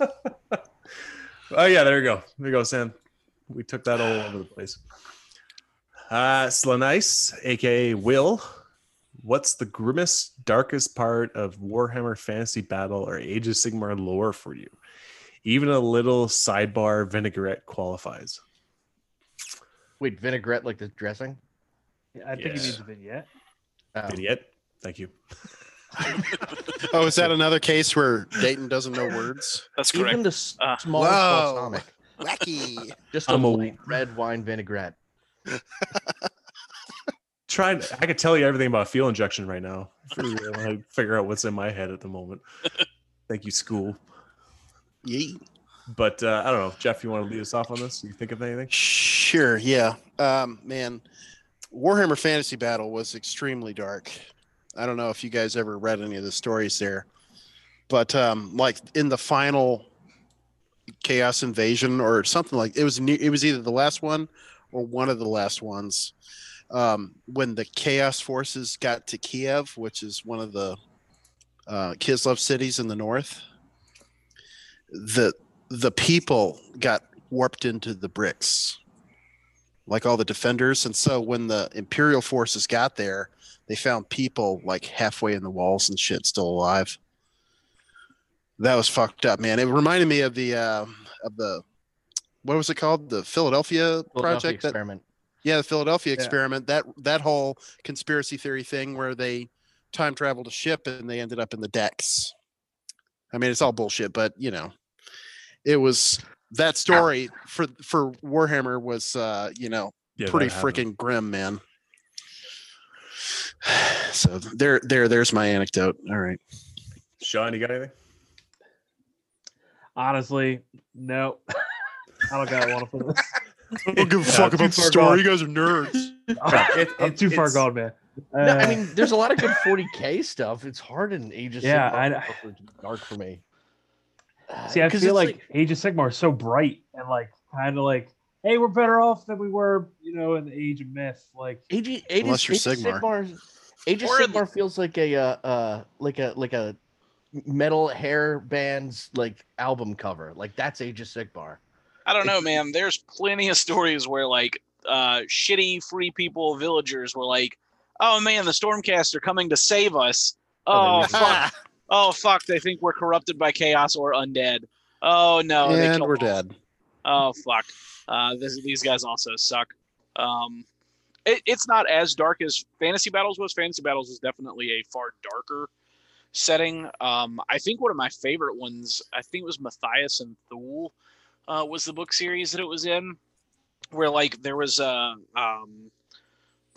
Oh yeah, there you go. There you go, Sam. We took that all over the place. Uh Slanice, aka Will. What's the grimmest, darkest part of Warhammer Fantasy Battle or Age of Sigmar lore for you? Even a little sidebar vinaigrette qualifies. Wait, vinaigrette like the dressing? I think Yeah. he needs a vignette. Oh. Idiot. Thank you. oh, is that another case where Dayton doesn't know words? That's correct. Even the s- Uh, smallest Whoa. balsamic. Wacky. Just a, I'm a- light red wine vinaigrette. Trying I could tell you everything about fuel injection right now. For real. I figure out what's in my head at the moment. Thank you, school. Yeet. But uh, I don't know, Jeff, you want to lead us off on this? You think of anything? Sure. Yeah. Um, man, Warhammer Fantasy Battle was extremely dark. I don't know if you guys ever read any of the stories there, but um, like in the final Chaos Invasion or something like it was. ne- It was either the last one or one of the last ones um, when the Chaos forces got to Kiev, which is one of the uh, Kislev cities in the north. The the people got warped into the bricks like all the defenders and so when the imperial forces got there they found people like halfway in the walls and shit still alive that was fucked up man it reminded me of the uh, of the what was it called the philadelphia Philadelphia project that experiment. yeah, the Philadelphia Yeah. experiment. That that whole conspiracy theory thing where they time traveled a ship and they ended up in the decks. I mean, it's all bullshit, but you know, it was that story for for Warhammer was uh, you know Yeah, pretty that happened. freaking grim, man. So there, there, there's my anecdote. All right. Sean, you got anything? Honestly, no. I don't got one for this. I don't give a fuck about the story. You guys are nerds. it- I'm it- too far it's- gone, man. Uh, no, I mean, there's a lot of good 40k stuff. It's hard in ages. Yeah, I- dark for me. Uh, See, I 'cause feel it's like, Age of Sigmar is so bright and like kind of like, hey, we're better off than we were, you know, in the Age of Myth. Like, Age, Age, Age, Unless Age you're Sigmar. of Sigmar. Age of Or at- Sigmar feels like a uh, uh, like a like a metal hair band's like album cover. Like that's Age of Sigmar. I don't know, It's- man. There's plenty of stories where like uh, shitty free people villagers were like, "Oh man, the Stormcast are coming to save us." Oh, Oh they fuck! oh fuck! They think we're corrupted by chaos or undead. Oh no! they and killed we're all- dead. Oh fuck! Uh, this, these guys also suck. Um, it, it's not as dark as Fantasy Battles was. Fantasy Battles was definitely a far darker setting. Um, I think one of my favorite ones, I think it was Matthias and Thule, uh, was the book series that it was in, where like there was a um,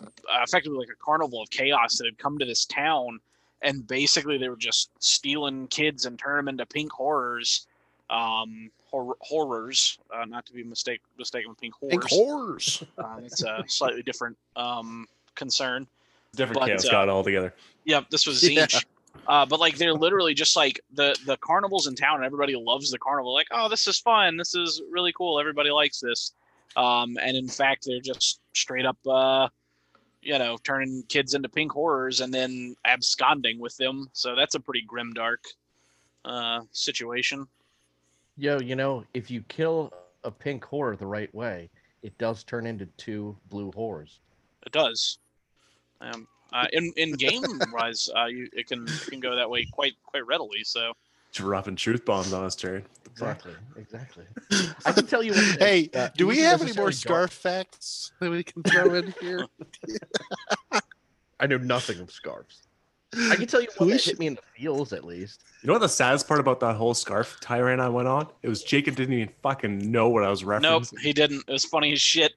uh, effectively like a carnival of chaos that had come to this town, and basically they were just stealing kids and turning them into pink horrors, um, hor- horrors, uh, not to be mistake mistaken with pink horrors. Pink horrors. Um, it's a slightly different um, concern. Different But, chaos uh, god altogether. Yep, this was Yeah. Zinch. Uh, but like they're literally just like the the carnivals in town, and everybody loves the carnival. Like, oh, this is fun. This is really cool. Everybody likes this. Um, and in fact, they're just straight up, uh, you know, turning kids into pink horrors and then absconding with them. So that's a pretty grim dark uh, situation. Yo, you know, if you kill a pink horror the right way, it does turn into two blue horrors. It does. Um, uh, in in game wise, uh, you, it can it can go that way quite quite readily. So Dropping truth bombs on us, Jared. Exactly. Exactly. I can tell you. What, Hey, uh, do we isn't have any more necessarily scarf dark. facts that we can throw in here? I know nothing of scarves. I can tell you what We that should- hit me in the feels at least. You know what the saddest part about that whole scarf tirade I went on? It was Jacob didn't even fucking know what I was referencing. nope, he didn't. It was funny as shit.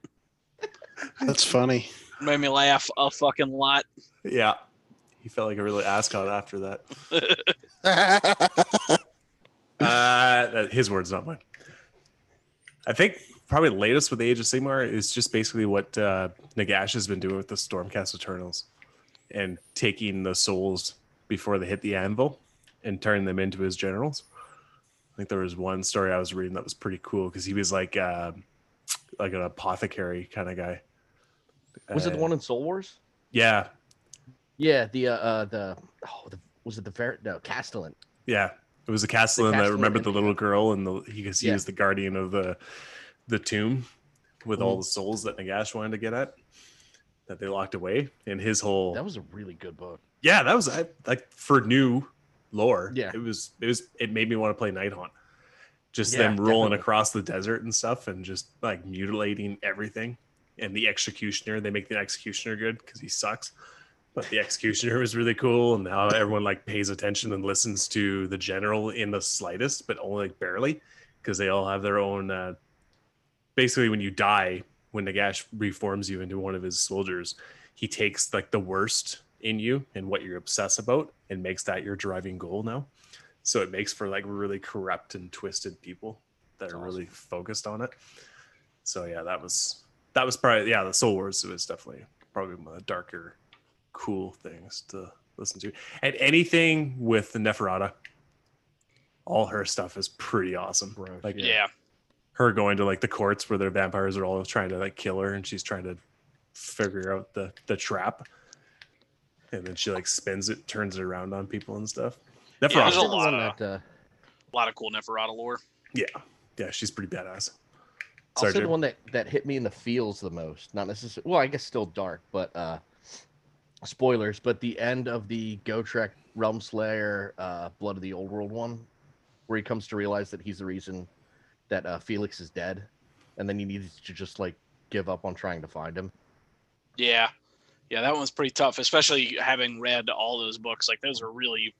That's funny. Made me laugh a fucking lot. Yeah. He felt like a really ascot after that. Uh, that- his words, not mine. I think probably latest with Age of Sigmar is just basically what uh, Nagash has been doing with the Stormcast Eternals and taking the souls before they hit the anvil and turning them into his generals. I think there was one story I was reading that was pretty cool because he was like uh, like an apothecary kind of guy. Was it Uh, the one in Soul Wars? Yeah, Yeah, the uh, uh the oh the was it the fair no Castellan. Yeah, it was the Castellan that Castellan remembered and the the- little girl, and the because he Yeah. was the guardian of the the tomb with Mm-hmm. all the souls that Nagash wanted to get at that they locked away. And his whole That was a really good book. yeah, that was I, like for new lore. Yeah. it was it was it made me want to play Night Haunt. Just Yeah, them rolling definitely. across the desert and stuff, and just like mutilating everything. And the executioner, they make the executioner good because he sucks. But the executioner was really cool, and now everyone like pays attention and listens to the general in the slightest, but only like, barely, because they all have their own. Uh, basically, when you die, when Nagash reforms you into one of his soldiers, he takes like the worst in you and what you're obsessed about, and makes that your driving goal now. So it makes for like really corrupt and twisted people that are really focused on it. So yeah, that was that was probably yeah, the Soul Wars was definitely probably one of the darker, cool things to listen to. And anything with the Neferata, all her stuff is pretty awesome. Gross, Like Yeah. yeah. her going to like the courts where their vampires are all trying to like kill her and she's trying to figure out the the trap. And then she like spins it, turns it around on people and stuff. Neferata, Yeah, yeah, there's a Wasn't the lot one of- that, uh, a lot of cool Neferata lore. yeah, she's pretty badass. I'll Sorry, say the Jim. one that that hit me in the feels the most. Not necessarily. Well, I guess still dark, but uh spoilers. But the end of the Go Trek Realm Slayer uh, Blood of the Old World one, where he comes to realize that he's the reason that uh, Felix is dead, and then he needs to just like give up on trying to find him. Yeah. Yeah, that one's pretty tough, especially having read all those books. Like those are really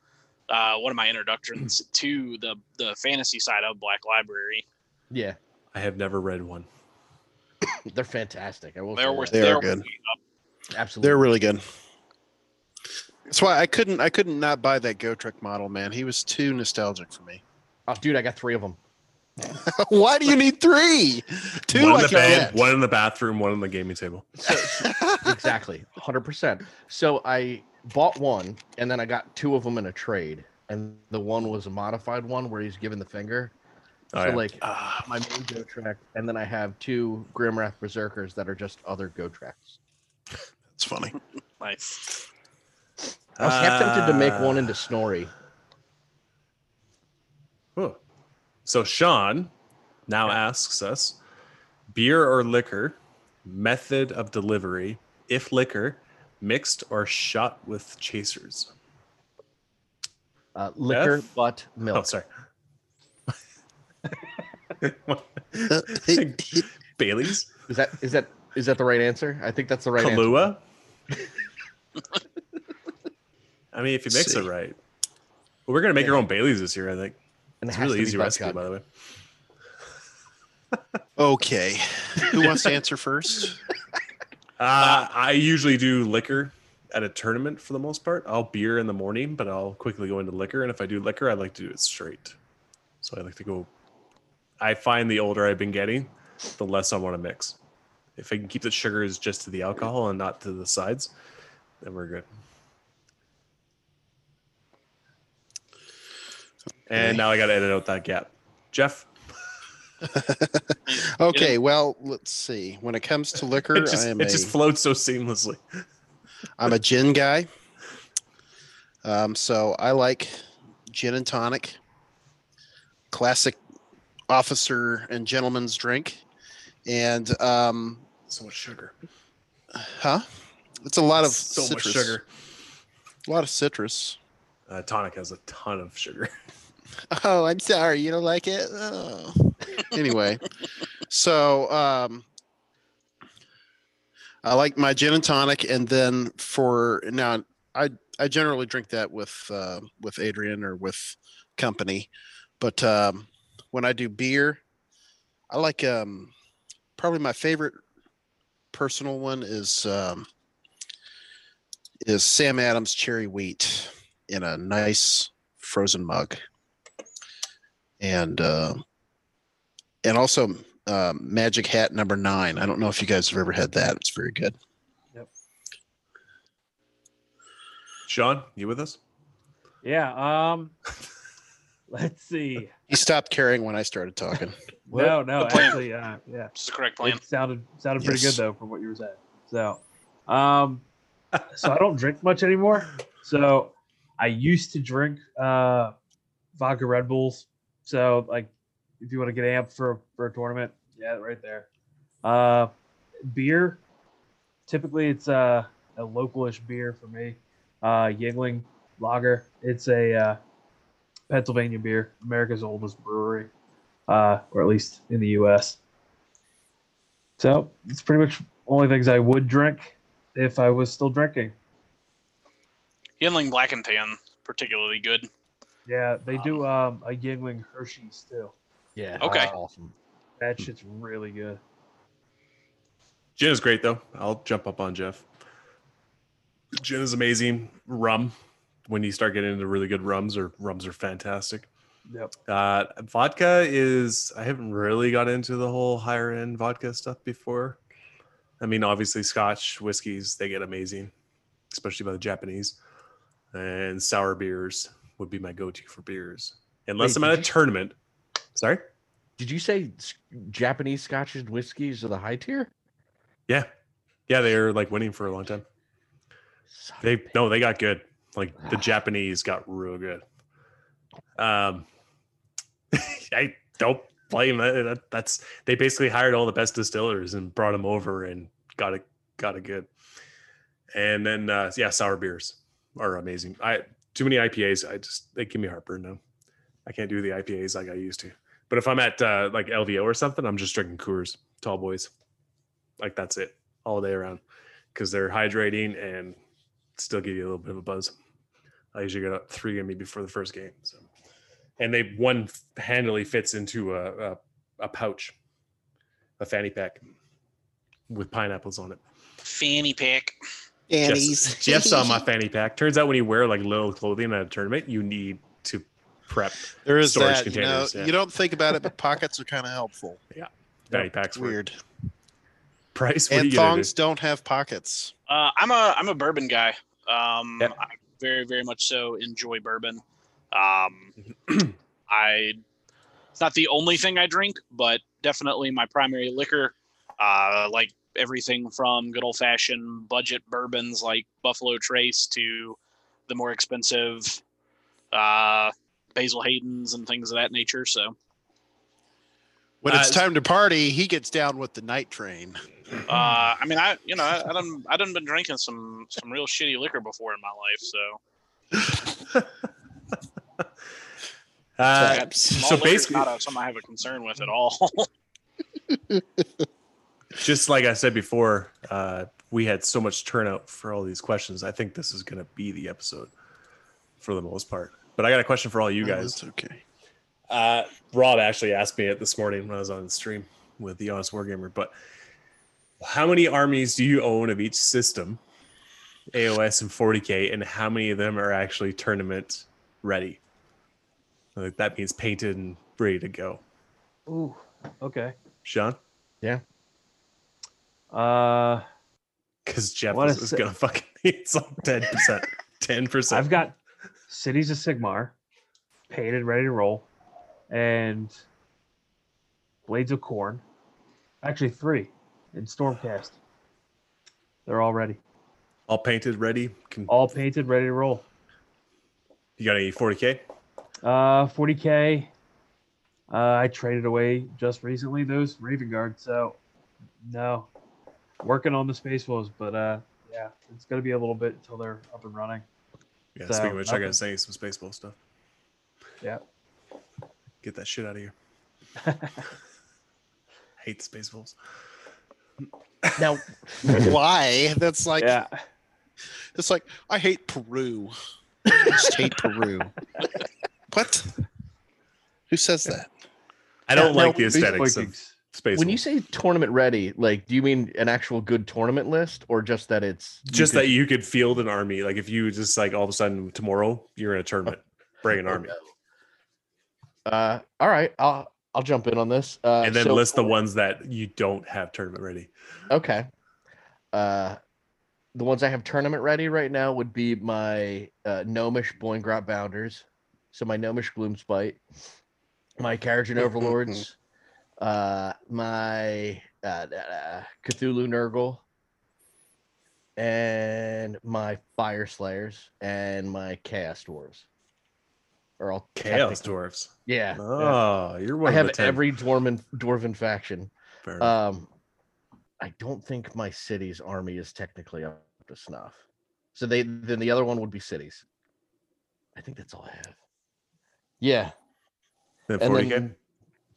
uh, one of my introductions to the the fantasy side of Black Library. Yeah, I have never read one. they're fantastic. I will. They're say worth that. They are they're good. worth picking up. absolutely. They're really good. That's why I couldn't I couldn't not buy that Go Trek model, man. He was too nostalgic for me. Oh, dude, I got three of them. why do you need three? Two one I in the bed, can't. one in the bathroom, one on the gaming table. exactly 100% so i bought one and then i got two of them in a trade and the one was a modified one where he's given the finger Oh, so yeah. Ah. like uh, my main go track and then i have two grimwrath berserkers that are just other go tracks It's funny. Nice. i was half tempted to make one Uh, into snorri So Sean now asks us beer or liquor, method of delivery, if liquor, mixed or shot with chasers. Uh, liquor, F- but Oh, milk. sorry. Uh, It- Bailey's, is that is that is that the right answer? I think that's the right answer. Kahlua. I mean, if you mix it See. right, we're gonna make our own Bailey's this year. I think And it it's a has really to be easy butt recipe, cock. by the way. okay. Who wants to answer first? Uh, I usually do liquor at a tournament for the most part. I'll beer in the morning, but I'll quickly go into liquor. And if I do liquor, I like to do it straight. So I like to go. I find the older I've been getting, the less I want to mix. If I can keep the sugars just to the alcohol and not to the sides, then we're good. And Okay. now I got to edit out that gap. Jeff, Okay, well, let's see. When it comes to liquor, it just, I am it a- just flowed so seamlessly. I'm a gin guy. Um, so I like gin and tonic, classic officer and gentleman's drink. And, um, So much sugar. huh? It's a lot of so citrus. much sugar. A lot of citrus. Uh, tonic has a ton of sugar. Oh, I'm sorry. You don't like it? Oh. anyway, so um, I like my gin and tonic, and then for now, I I generally drink that with uh, with Adrian or with company, but um, when I do beer, I like um, probably my favorite personal one is um, is Sam Adams cherry wheat in a nice frozen mug and uh, and also um, Magic Hat number nine. I don't know if you guys have ever had that. It's very good. Sean, you with us? Yeah. Um. let's see. He stopped caring when I started talking. No, no, The plan. actually, uh, yeah. It's the correct plan. It sounded sounded pretty Yes. good though from what you were saying. So, um, so I don't drink much anymore. So I used to drink uh, vodka Red Bulls. So like, if you want to get amped for for a tournament, yeah, right there. Uh, beer, typically it's uh, a localish beer for me. Uh, Yingling Lager. It's a uh, Pennsylvania beer, America's oldest brewery, uh, or at least in the U.S. So it's pretty much only things I would drink if I was still drinking. Yingling Black and Tan, particularly good. Yeah, they do um, a Yingling Hershey's too. Yeah. Okay. Awesome. That shit's really good. Gin is great though. I'll jump up on Jeff. Gin is amazing. Rum, when you start getting into really good rums, or rums are fantastic. Yep. Uh, vodka is. I haven't really got into the whole higher end vodka stuff before. I mean, obviously, Scotch whiskeys they get amazing, especially by the Japanese. And sour beers would be my go-to for beers, unless Wait, I'm at did a you- tournament. Sorry. Did you say s- Japanese scotches and whiskeys are the high tier? Yeah, yeah, they were like winning for a long time. Son of a They bitch. no, they got good. Like the Japanese got real good. Um, I don't blame that. that- That's they basically hired all the best distillers and brought them over and got it got it good. And then uh, yeah, sour beers are amazing. I too many IPAs. I just they give me heartburn now. I can't do the IPAs like I used to. But if I'm at uh, like LVO or something, I'm just drinking Coors, Tall Boys. Like that's it all day around because they're hydrating and still give you a little bit of a buzz. I usually get up three in me before the first game. So, and they one handily fits into a, a a pouch, a fanny pack with pineapples on it. Fanny pack. Jeff's, Jeff saw my fanny pack. Turns out when you wear like little clothing at a tournament, you need to prep There is Storage that. You, know, containers, yeah. you don't think about it, but pockets are kind of helpful. fanny packs. It's were- weird. Price. What are and you eh? gonna do? thongs don't have pockets. Uh, I'm a I'm a bourbon guy. Um, Yeah. I very very much so enjoy bourbon. Um, I it's not the only thing I drink, but definitely my primary liquor. Uh, like everything from good old fashioned budget bourbons like Buffalo Trace to the more expensive uh, Basil Hayden's and things of that nature. So When it's Uh, time to party, he gets down with the night train. Uh, I mean, I you know, I, I done I done been drinking some some real shitty liquor before in my life, so Uh, That small so liquor's basically- not a, something I have a concern with at all. just like I said before, uh, we had so much turnout for all these questions. I think this is going to be the episode for the most part. But I got a question for all you guys. Oh, That's okay. Uh, Rob actually asked me it this morning when I was on the stream with the Honest Wargamer. But how many armies do you own of each system, AOS and 40k, and how many of them are actually tournament ready? Like that means painted and ready to go. Ooh. Okay. Sean, Uh, because Jeff What is, is is it? gonna fucking it's like ten percent, ten percent. I've got Cities of Sigmar painted, ready to roll, and Blades of Corn. Actually, three in Stormcast. They're all ready. all painted, ready. Can, All painted, ready to roll. you got any 40k? Uh, 40k. Uh, I traded away just recently those Raven Guard, so no. Working on the Space Wolves, but uh, yeah, it's gonna be a little bit until they're up and running. Yeah, So, speaking of which, I nothing. gotta say some spaceball stuff. Yeah. Get that shit out of here. Hate spaceballs. Now, Why? That's like yeah, it's like I hate Peru. I just hate Peru. what? Who says that? I don't Yeah, like the no, aesthetics of Vikings. space. when you Wolves. say tournament ready, like, do you mean an actual good tournament list, or just that it's just you that you could field an army, like if you just like all of a sudden tomorrow you're in a tournament, bring Oh, an army, could- Uh, all right, I'll I'll jump in on this. Uh, and then so list the for- ones that you don't have tournament ready. Okay. Uh, the ones I have tournament ready right now would be my uh, Gnomish Boingrot Bounders. So my Gnomish Gloomspite, my Carrion Overlords, uh, my uh, uh, Cthulhu Nurgle, and my Fire Slayers, and my Chaos Dwarves. Are all Chaos technic- dwarves. Yeah. yeah. Oh, you're I one. have of the 10. every dwarven dwarven faction. Fair enough. Um, I don't think my city's army is technically up to snuff. So they then the other one would be cities. I think that's all I have. Yeah, Then and 40K? then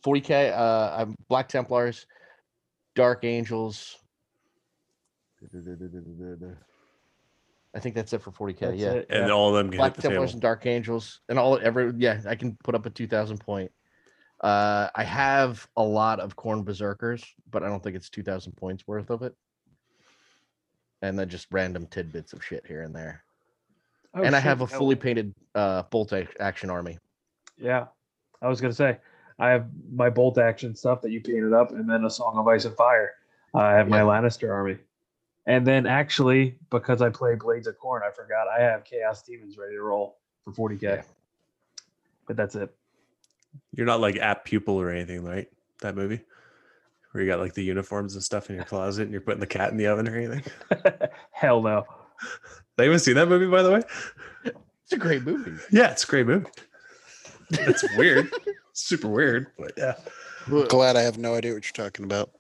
40k. Uh, I'm Black Templars, Dark Angels. I think that's it for 40k. that's yeah, it, and yeah. all of them can Black hit the Templars table. and Dark Angels and all every yeah, I can put up a two thousand point. Uh, I have a lot of corn berserkers, but I don't think it's two thousand points worth of it. And then just random tidbits of shit here and there. Oh, and I shit, have a no. fully painted uh, bolt ac- action army. Yeah, I was gonna say I have my bolt action stuff that you painted up, and then a Song of Ice and Fire. I have my Yeah. Lannister army, and then actually because I play Blades of Corn, I forgot I have Chaos Demons ready to roll for 40k. Yeah. But that's it. You're not like app pupil or anything, right? That movie where you got like the uniforms and stuff in your closet, and you're putting the cat in the oven or anything. Hell no. They haven't seen that movie, by the way. It's a great movie. Yeah, it's a great movie. It's weird, super weird. But yeah, Wha- Glad I have no idea what you're talking about.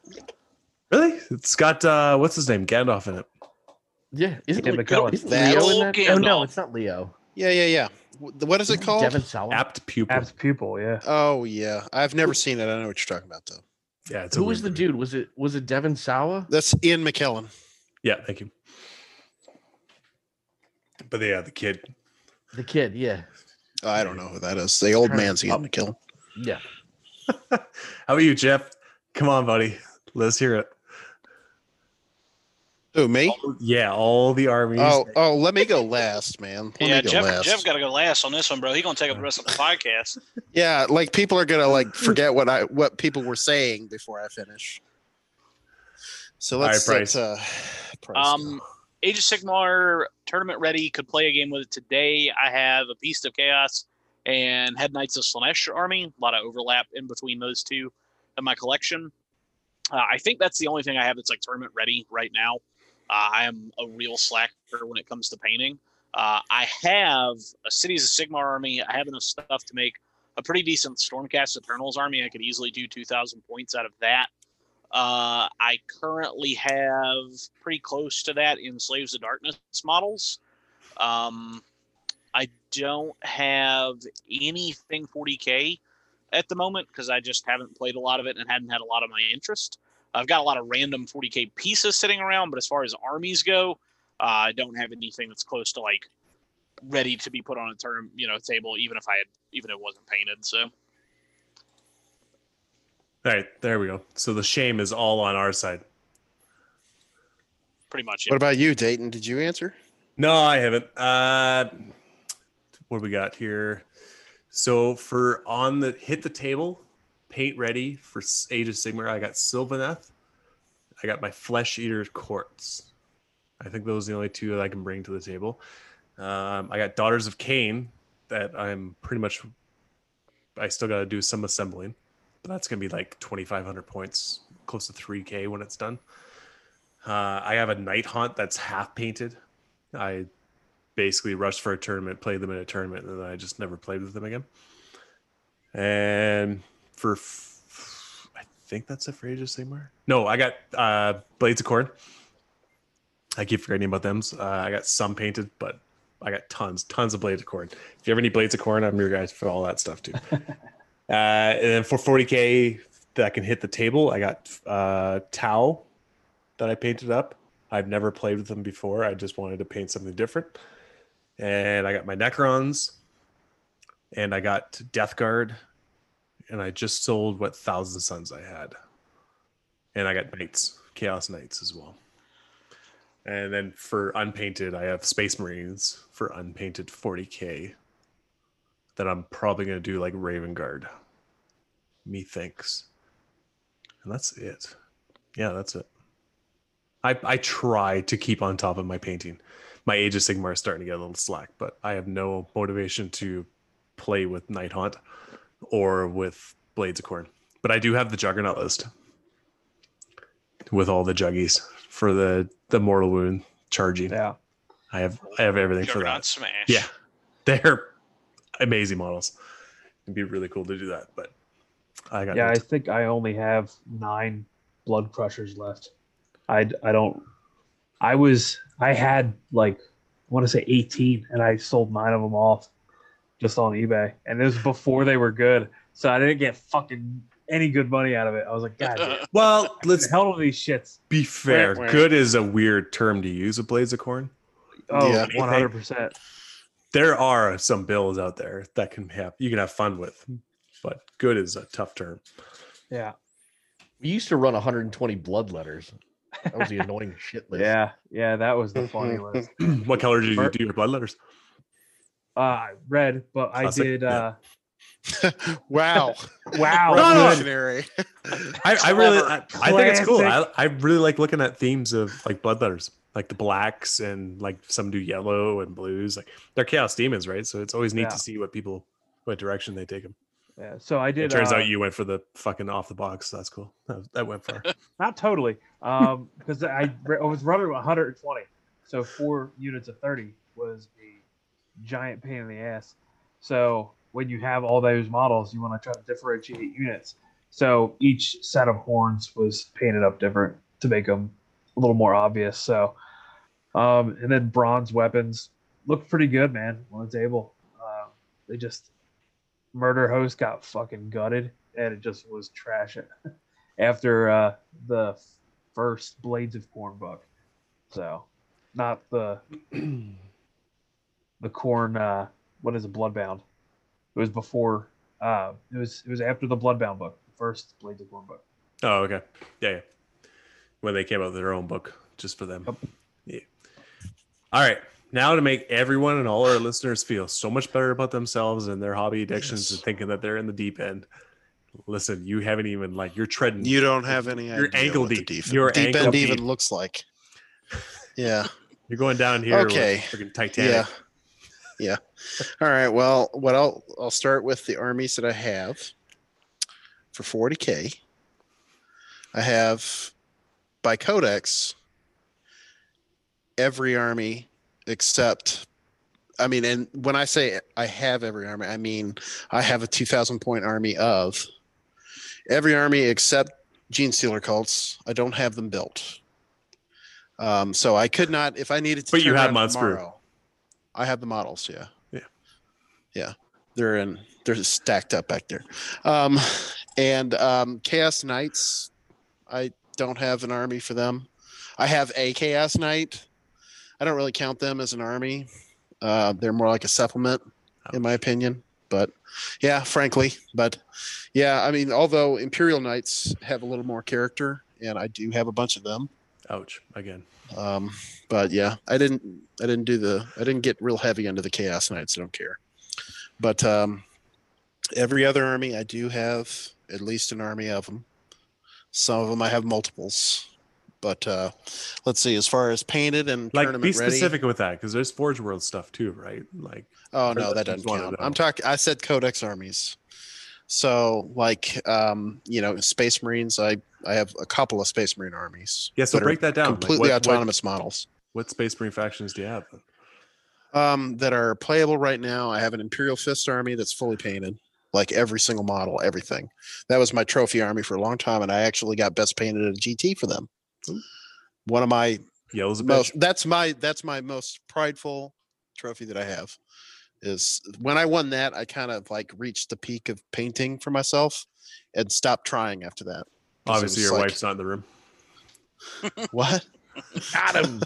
really, it's got uh, what's his name, Gandalf in it. yeah, isn't, Yeah, Le- McKellen. isn't That- Leo in Old that? Oh no, Gandalf. it's not Leo. Yeah, yeah, yeah. Wh- What is it Isn't called? Devin Sawa. Apt pupil. Abs pupil. Yeah. Oh yeah, I've never seen it. I know what you're talking about though. Yeah, it's a Who was weird the movie. dude? Was it was it Devin Sawa? That's Ian McKellen. Yeah, thank you. But yeah, the kid. The kid, yeah, I don't know who that is. The old Trying to- man's Oh. Ian McKellen. yeah. How about you, Jeff? Come on, buddy. Let's hear it. Who me? Oh, Yeah, all the armies. Oh, oh, let me go last, man. Let yeah, me go Jeff, last. Jeff got to go last on this one, bro. He gonna take up the rest of the podcast. yeah, like people are gonna like forget what I what people were saying before I finish. So right, let's Bryce. let, uh, Bryce Um, Age of Sigmar tournament ready. Could play a game with it today. I have a Beast of Chaos and Head Knights of Slanesh army. A lot of overlap in between those two in my collection. Uh, I think that's the only thing I have that's like tournament ready right now. Uh, I am a real slacker when it comes to painting. Uh, I have a Cities of Sigmar army. I have enough stuff to make a pretty decent Stormcast Eternals army. I could easily do 2,000 points out of that. Uh, I currently have pretty close to that in Slaves of Darkness models. Um, I don't have anything 40k at the moment because I just haven't played a lot of it and hadn't had a lot of my interest. I've got a lot of random 40k pieces sitting around, but as far as armies go, uh, I don't have anything that's close to like ready to be put on a term, you know, table, even if I had, even if it wasn't painted. So All right, there we go. So the shame is all on our side. pretty much What it. about you, Dayton? Did you answer? No, I haven't. Uh, what do we got here? So for on the hit the table, paint ready for S- Age of Sigmar. I got Sylvaneth. I got my Flesh Eater Quartz. I think those are the only two that I can bring to the table. Um, I got Daughters of Cain that I'm pretty much. I still got to do some assembling, but that's gonna be like 2,500 points, close to 3K when it's done. Uh, I have a Night Hunt that's half painted. I basically rushed for a tournament, played them in a tournament, and then I just never played with them again. And for, f- I think that's it for Age of Sigmar. No, I got uh, Blades of Corn. I keep forgetting about them. Uh, I got some painted, but I got tons, tons of Blades of Corn. If you ever need Blades of Corn, I'm your guy for all that stuff too. uh, and then for 40K that can hit the table, I got uh, Tau that I painted up. I've never played with them before. I just wanted to paint something different. And I got my Necrons and I got Death Guard and I just sold what Thousand Suns I had. And I got Knights, Chaos Knights as well. And then for unpainted, I have Space Marines for unpainted 40k that I'm probably going to do like Raven Guard. Methinks. And that's it. Yeah, that's it. I, I try to keep on top of my painting. My Age of Sigmar is starting to get a little slack, but I have no motivation to play with Night Haunt or with Blades of Corn. But I do have the Juggernaut list with all the juggies for the the mortal wound charging. Yeah. I have I have everything for Juggernaut that. Smash. Yeah, they're amazing models. It'd be really cool to do that, but I got Yeah, no I time. think I only have nine blood crushers left. I I don't. I was I had like I want to say eighteen, and I sold nine of them off just on eBay, and it was before they were good, so I didn't get fucking any good money out of it. I was like, God, damn, well, let's the hell of these shits. be fair. where- Good is a weird term to use with Blades of Corn. Oh, Yeah. one hundred percent. there are some bills out there that can have you can have fun with, but good is a tough term. Yeah, We used to run 120 blood letters. That was the annoying shit list. yeah, yeah. That was the funny list. what color did you Or- do your blood letters? Uh, red, but I Classic, did. yeah. Uh, wow. wow, No, no, good. Revolutionary. I, I really I, I think it's cool. I, Classic. I really like looking at themes of like blood letters, like the blacks and like some do yellow and blues. Like they're chaos demons, right? So it's always neat Yeah. to see what people what direction they take them. Yeah, so I did. It turns uh, out you went for the fucking off the box. That's cool. That, that went far. Not totally, um, because I, I was running 120, so four units of 30 was a giant pain in the ass. So when you have all those models, you want to try to differentiate units. So each set of horns was painted up different to make them a little more obvious. So, um, and then bronze weapons look pretty good, man, on the table. Uh, they just murder host got fucking gutted, and it just was trash after uh, the first Blades of Corn book. So, not the the corn. Uh, what is it? Bloodbound. It was before. Uh, it was it was after the Bloodbound book, first Blades of Corn book. Oh, okay. Yeah, yeah. When they came out with their own book just for them. Yep. Yeah. All right. Now to make everyone and all our listeners feel so much better about themselves and their hobby addictions and thinking that they're in the deep end. Listen, you haven't even like you're treading. You don't have any You're idea ankle what the deep. def- You're deep ankle end deep. even looks like. Yeah. are going down here. with Okay. Freaking Titanic. Yeah. Yeah. All right. Well, what I'll I'll start with the armies that I have for 40k. I have by codex every army except I mean, and when I say I have every army, I mean I have a 2,000 point army of every army except Gene Stealer cults. I don't have them built. Um, so I could not, if I needed to. But you turn have around Mods Brew. tomorrow- I have the models. Yeah. Yeah. Yeah. They're in, they're stacked up back there. Um, and um, Chaos Knights, I don't have an army for them. I have a Chaos Knight. I don't really count them as an army. Uh, they're more like a supplement, in my opinion. But yeah, frankly, but yeah, I mean, although Imperial Knights have a little more character, and I do have a bunch of them. Ouch. Again. Um, but yeah, I didn't, I didn't do the, I didn't get real heavy into the Chaos Knights. I don't care. But um, every other army, I do have at least an army of them. Some of them I have multiples. But uh, let's see, as far as painted and Like, tournament be ready- specific with that because there's Forge World stuff too, right? Like, Oh Or no, that that doesn't is one of count. them. I'm talking. I said Codex armies. So like, um, you know, Space Marines. I I have a couple of Space Marine armies. yeah. So that are break that down. Like, Completely what- what- autonomous models. What, Space Marine factions do you have? then? Um, that are playable right now. I have an Imperial Fist army that's fully painted, like every single model, everything. That was my trophy army for a long time, and I actually got best painted at a GT for them. Hmm. One of my Yellow's a bitch. most that's my that's my most prideful trophy that I have is when I won that I kind of like reached the peak of painting for myself and stopped trying after that. 'Cause it Obviously, was your like, wife's not in the room. what? Got him.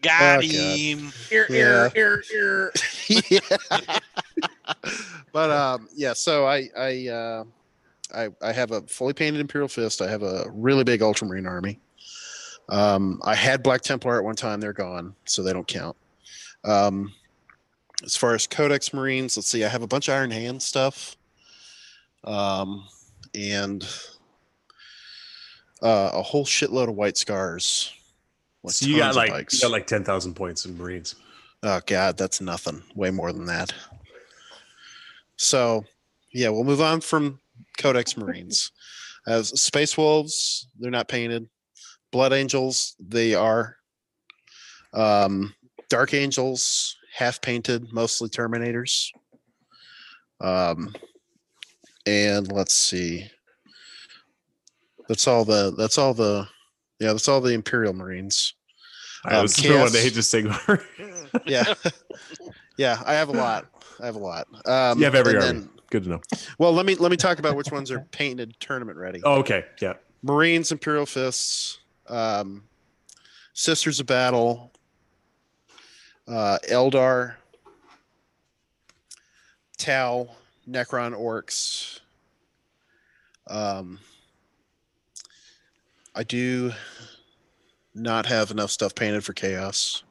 Got Oh, God. him. ear, Yeah. ear, ear, ear. Yeah. but um yeah, so I I uh I I have a fully painted Imperial Fist. I have a really big Ultramarine army. Um I had Black Templar at one time, they're gone, so they don't count. Um as far as Codex Marines, let's see, I have a bunch of Iron Hand stuff. Um and uh, a whole shitload of white scars. Like So you got tons of like bikes. you got like ten thousand points in Marines. Oh God, that's nothing. Way more than that. So, yeah, we'll move on from Codex Marines. As Space Wolves, they're not painted. Blood Angels, they are. Um, Dark Angels, half painted, mostly Terminators. Um, and let's see. That's all the. That's all the. Yeah, that's all the Imperial Marines. I Um, was the one chaos- that hates just Sigmar. yeah yeah i have a lot i have a lot um You have every and army. Good to know. well let me let me talk about which ones are painted tournament ready Oh, okay. Yeah. marines imperial fists um sisters of battle uh eldar tau necron orcs um i do not have enough stuff painted for chaos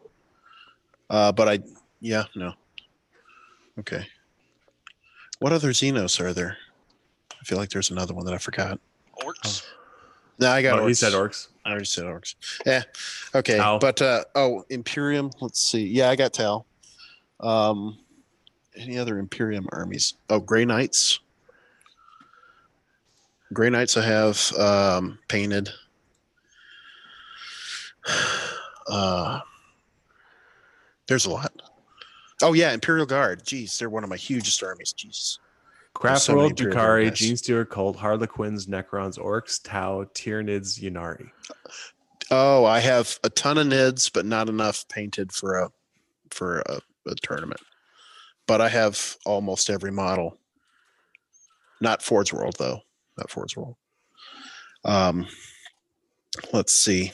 uh but i yeah no okay what other xenos are there i feel like there's another one that i forgot Orcs. no i got Oh, he orcs. said orcs. I already said orcs. Yeah. Okay. Tau. But uh oh, Imperium. Let's see. Yeah, I got Tal. Um any other Imperium armies? Oh, Grey Knights. Grey Knights I have um painted. Uh there's a lot. Oh yeah, Imperial Guard. Jeez, they're one of my hugest armies. Jeez. Craft so many World, Imperial Dukari, guys. Gene Stealer Cult, Harlequins, Necrons, Orcs, Tau, Tyranids, Yunari. Oh, I have a ton of nids, but not enough painted for a for a, a tournament. But I have almost every model. Not Ford's World though. Not Ford's World. Um, let's see.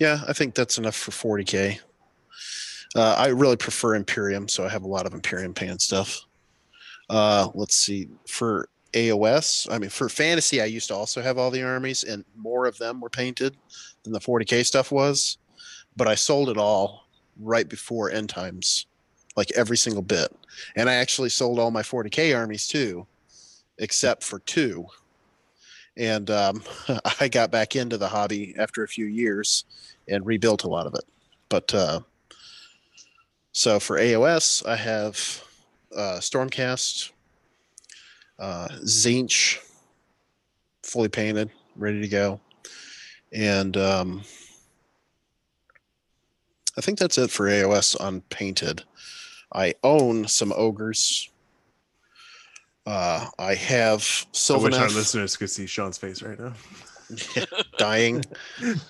Yeah, I think that's enough for 40k. Uh, I really prefer Imperium, so I have a lot of Imperium pan stuff. Uh, let's see for AOS. I mean, for fantasy, I used to also have all the armies, and more of them were painted than the 40k stuff was. But I sold it all right before end times, like every single bit. And I actually sold all my 40k armies too, except for two. And um, I got back into the hobby after a few years and rebuilt a lot of it. But uh, so for AOS, I have uh, Stormcast, uh, Zinch, fully painted, ready to go, and um, I think that's it for AOS on Painted. I own some ogres. Uh, I I have wish our Sylvaneth listeners could see Sean's face right now. dying.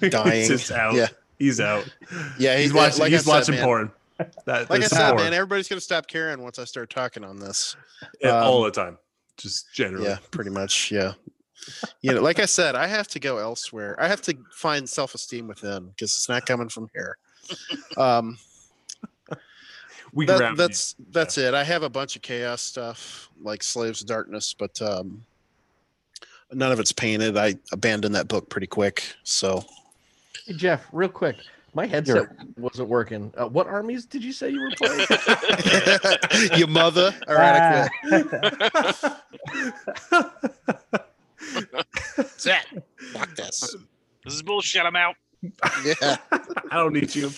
Dying. he's just out. Yeah. He's out. Yeah, he's he- watching. like I he's said, watching man. porn. That, Like I that's said, porn. man, everybody's gonna stop caring once I start talking on this. Yeah, um, all the time. Just generally. Yeah, pretty much. Yeah. You know, like I said, I have to go elsewhere. I have to find self-esteem within because it's not coming from here. Um, we that- ground you. that's that's it. I have a bunch of chaos stuff like Slaves of Darkness, but um, none of it's painted. I abandoned that book pretty quick. So Hey, Jeff, real quick, my headset wasn't working. Uh, what armies did you say you were playing? your mother. All right, I quit. Zach. Ah. Fuck this. This is bullshit. I'm out. Yeah. I don't need you.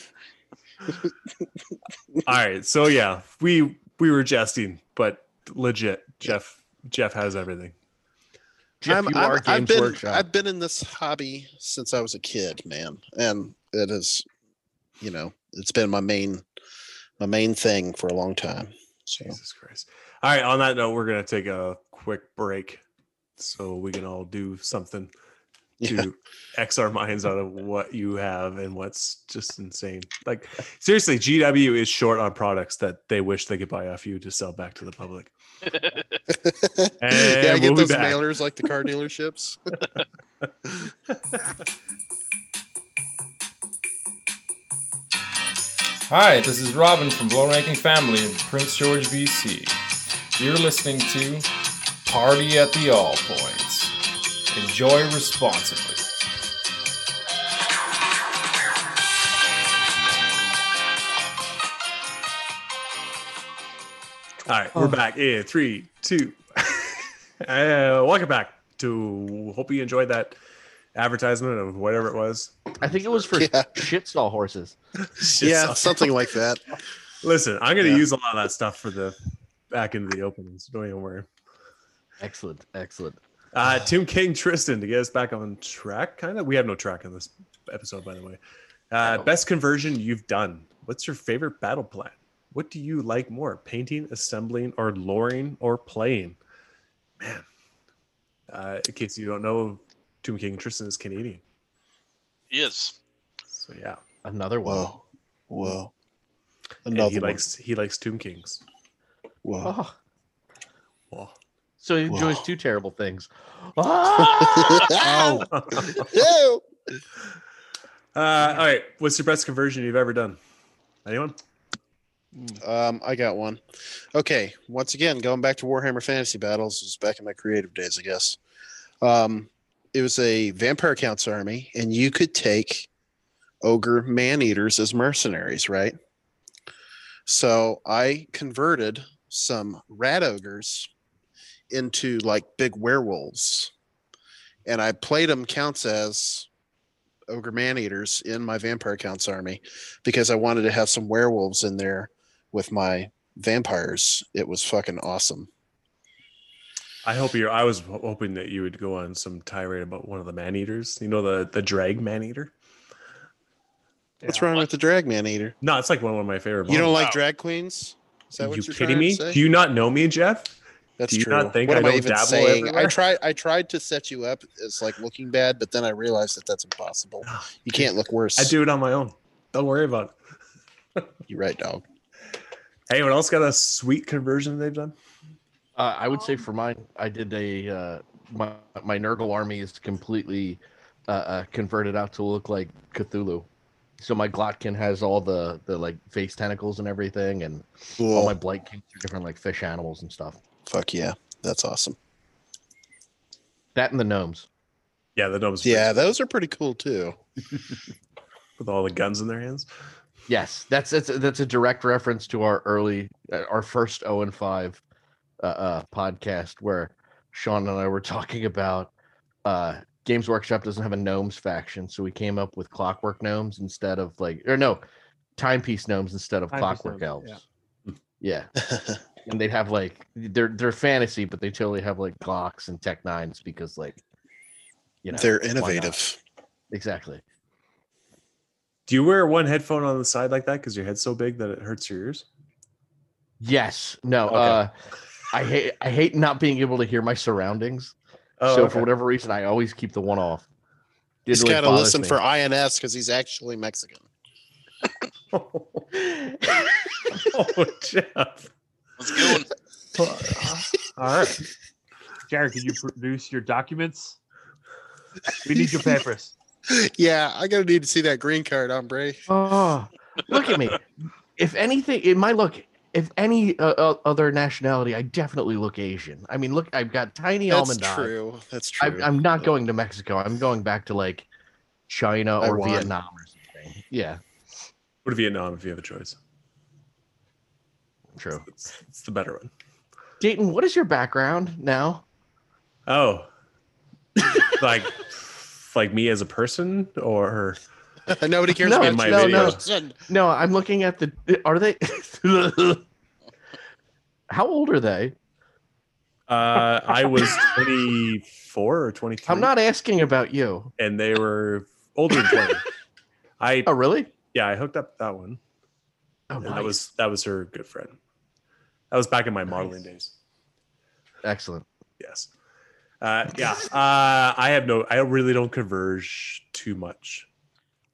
All right. So yeah, we we were jesting, but legit, Jeff Jeff has everything. Jeff, I'm- you I'm- are Games I've been, Workshop. I've been in this hobby since I was a kid, man, and it is, you know, it's been my main, my main thing for a long time. So Jesus Christ. All right. On that note, we're gonna take a quick break so we can all do something yeah, to X our minds out of what you have and what's just insane. Like seriously, GW is short on products that they wish they could buy off you to sell back to the public. yeah, I And get we'll be those back. mailers like the car dealerships. Hi, this is Robin from Blow Ranking Family in Prince George, BC. You're listening to Party at the All Points. Enjoy responsibly. All right, we're back in three, two. uh, welcome back to. Hope you enjoyed that advertisement of whatever it was. I think it was for Yeah. shitstall horses. yeah, something like that. Listen, I'm gonna Yeah. use a lot of that stuff for the back into the openings. Don't even worry. Excellent, excellent. Uh, Tim King Tristan to get us back on track. Kind of. We have no track in this episode, by the way. Uh, Best conversion you've done. What's your favorite battle plan? What do you like more, painting, assembling, or luring, or playing? Man, uh, in case you don't know, Tomb King Tristan is Canadian. Yes. So yeah, Another one. Whoa, whoa, And another he one. likes he likes Tomb Kings. Whoa. Oh, so he enjoys Whoa. two terrible things. Ah! Oh. Ew. Uh, all right, what's your best conversion you've ever done? Anyone? Um, I got one. Okay, once again, going back to Warhammer Fantasy Battles this is back in my creative days, I guess. Um, it was a vampire counts army, and you could take ogre man eaters as mercenaries, right? So I converted some rat ogres into like big werewolves, and I played them counts as ogre man eaters in my vampire counts army because I wanted to have some werewolves in there with my vampires. It was fucking awesome. I hope you're. I was ho- hoping that you would go on some tirade about one of the man eaters. You know the the drag man eater. What's wrong with the drag man eater? No, it's like one of my favorite. You don't ones. like drag queens? Is that what you you are kidding me? To say? Do you not know me, Jeff? That's do you true. not think what I am don't I even dabble saying? I everywhere? tried. I tried to set you up as like looking bad, but then I realized that that's impossible. Ah, You can't look worse. I do it on my own. Don't worry about it. You're right, dog. Anyone else got a sweet conversion they've done? Uh, I would say for mine, I did a uh, my my Nurgle army is completely uh, uh, converted out to look like Cthulhu. So my Glotkin has all the the like face tentacles and everything, and all Cool. my Blight Kings are different like fish animals and stuff. Oh Fuck yeah, that's awesome. That and the gnomes. Yeah, the gnomes. are pretty Yeah, sweet those are pretty cool too. with all the guns in their hands. Yes, that's that's that's a direct reference to our early uh, our first zero and five uh, uh, podcast where Sean and I were talking about uh, Games Workshop doesn't have a gnomes faction, so we came up with Clockwork Gnomes instead of like or no timepiece gnomes instead of Timepiece Clockwork gnomes, Elves. Hmm, Yeah. and they'd have like they're they're fantasy, but they totally have like Glocks and Tech Nines because like you know They're not? innovative. exactly Do you wear one headphone on the side like that because your head's so big that it hurts your ears? Yes. No. Okay. Uh, I hate I hate not being able to hear my surroundings. Oh, so okay. for whatever reason, I always keep the one off. It He's really got to bothers listen me. for INS because he's actually Mexican. oh, Jeff. Let's go. and- All right. Jared, can you produce your documents? We need your papers. yeah, I gotta need to see that green card, hombre. Oh, look at me. If anything, in my look, if any uh, uh, other nationality, I definitely look Asian. I mean, look, I've got tiny That's almond eye. true. That's true. I'm, I'm not going to Mexico. I'm going back to like China or Taiwan. Vietnam or something. Yeah, Go to Vietnam if you have a choice. true. It's, it's the better one. Dayton, what is your background now? Oh, like like me as a person or Nobody cares No, about in my you. video. Person. No, I'm looking at the. Are they? How old are they? uh, I was 24 or 23. I'm not asking about you. And they were older than 20. I Oh, really? yeah, I hooked up that one. Oh, And nice. That was that was her good friend. That was back in my modeling days. excellent. Yes. Uh, yeah. Uh, I have no. I really don't converge too much.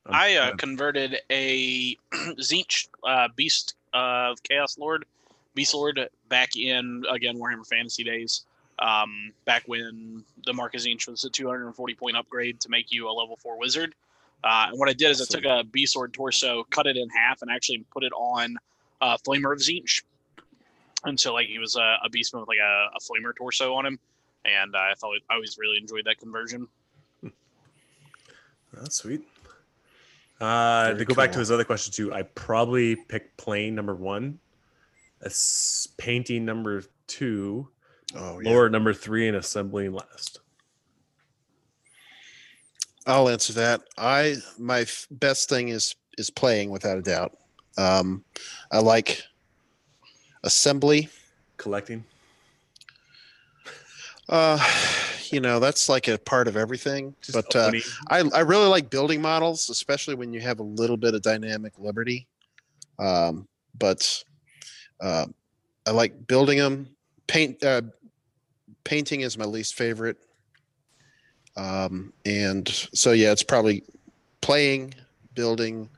I'm- I uh, I'm- converted a Zeech uh, Beast uh, Chaos Lord, Beast Lord, back in again Warhammer Fantasy days. Um, back when the Mark of Zeech was a 240 point upgrade to make you a level four wizard. Uh, and what I did is I took a Beast Lord torso, cut it in half, and actually put it on uh, Flamer of Zeech. And so, like, he was a, a beastman with like a, a Flamer torso on him. And I thought I always really enjoyed that conversion. That's sweet. Uh, to Very go back to cool. his other question too, I probably pick plane number one, a s- painting number two, Oh, yeah. lore number three, and assembling last. I'll answer that. I my f- best thing is is playing without a doubt. Um, I like assembly. Collecting. Uh, you know that's like a part of everything. Just But uh, owning. I I really like building models, especially when you have a little bit of dynamic liberty. Um, but uh, I like building them. Paint uh, painting is my least favorite. Um, and so yeah, it's probably playing, building,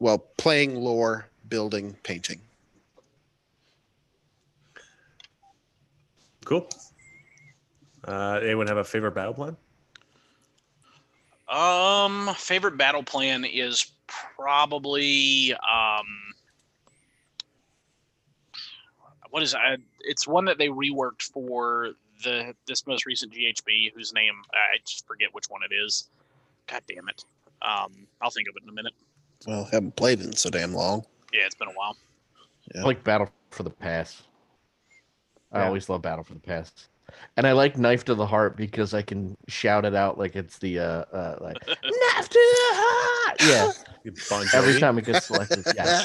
well, playing lore, building, painting. cool. Uh, anyone have a favorite battle plan? Um, favorite battle plan is probably um, what is I? It's one that they reworked for the this most recent GHB, whose name I just forget which one it is. God damn it! Um, I'll think of it in a minute. Well, haven't played in so damn long. Yeah, it's been a while. I like Battle for the Pass. I Yeah. always love Battle for the Pass. And I like Knife to the Heart because I can shout it out like it's the uh, uh like Knife to the Heart. Yeah, You Bon every Jovi? time it gets selected. Yeah,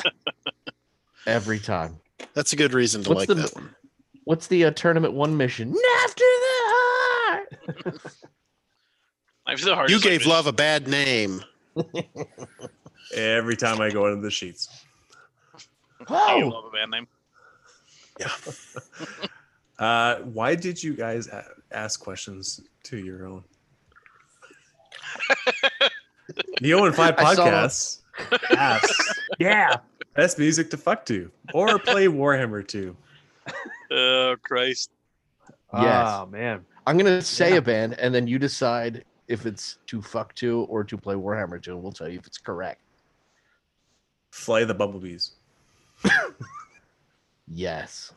every time. That's a good reason to What's like the- that one. What's the uh, tournament one mission? Knife to the Heart. Knife to the Heart You is like gave this- love a bad name. Every time I go into the sheets. I do Oh, love a band name. Uh, why did you guys a- ask questions to your own? the Owen Five I saw- podcast asks Yeah. best music to fuck to or play Warhammer to. Oh Christ! Yes. Oh man. I'm gonna say Yeah. a band, and then you decide if it's to fuck to or to play Warhammer to, and we'll tell you if it's correct. Fly the bumblebees. Yes.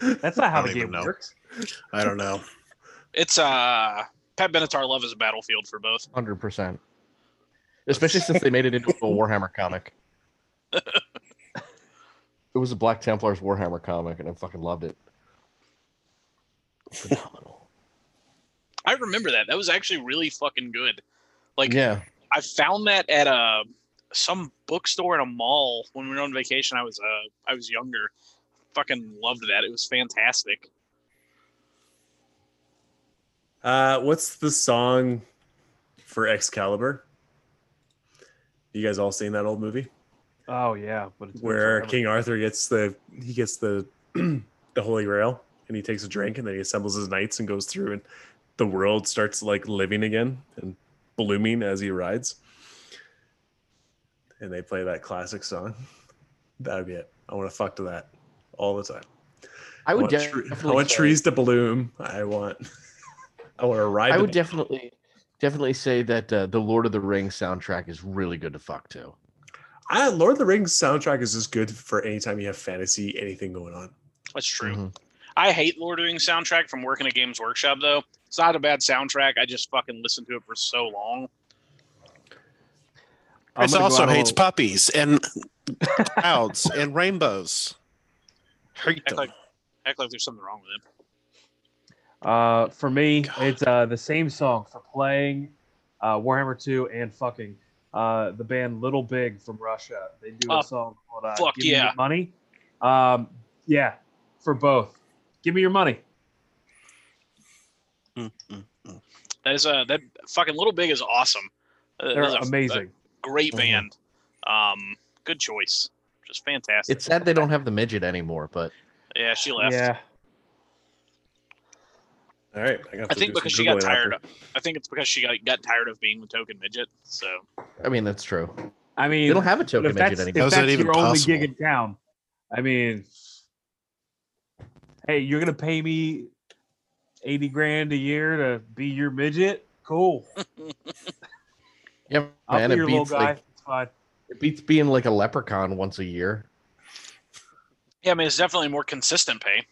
That's not how I don't the even game know. works. I don't know. It's uh Pat Benatar. Love is a battlefield for both. Hundred percent. Especially since they made it into a Warhammer comic. it was a Black Templars Warhammer comic, and I fucking loved it. Phenomenal. I remember that. That was actually really fucking good. Like yeah, I found that at a some bookstore in a mall when we were on vacation. I was uh I was younger. Fucking loved that. It was fantastic. Uh, what's the song for Excalibur. You guys all seen that old movie Oh yeah, but it's been where forever. King Arthur gets the he gets the the Holy Grail and he takes a drink and then he assembles his knights and goes through and the world starts like living again and blooming as he rides. And they play that classic song. That would be it. I want to fuck to that all the time. I would want, tre- definitely. I want say- trees to bloom. I want. I want to ride. I the- would definitely, definitely say that uh, the Lord of the Rings soundtrack is really good to fuck to. I, Lord of the Rings soundtrack is just good for anytime you have fantasy, anything going on. That's true. Mm-hmm. Mhm. I hate Lord of the Rings soundtrack from working at Games Workshop though. It's not a bad soundtrack. I just fucking listened to it for so long. I'm Chris gonna go also out on a hates little- puppies and clouds and rainbows. Hate Act them. like, act like there's something wrong with it. Uh, for me, it's uh, the same song for playing uh, Warhammer 2 and fucking uh, the band Little Big from Russia. They do a Oh, song called uh, fuck Give Me Your yeah. Money. Um, yeah, for both. Give me your money. That is uh, that fucking Little Big is awesome. Uh, that They're is a- amazing. Mm-hmm. a great Mhm. band. Um, good choice. Just fantastic. It's sad they don't have the midget anymore, but yeah, she left. Yeah. All right, I, I think because she got tired. Of, I think it's because she got, got tired of being the token midget. So I mean that's true. I mean, They don't have a but token if that's, midget if anymore. How is that's that your even only possible? gig in town, I mean, hey, you're going to pay me 80 grand a year to be your midget? Cool. Yeah, I'll man, be it your little beats guy. like it's fine. it beats being like a leprechaun once a year. yeah, I mean, it's definitely more consistent pay.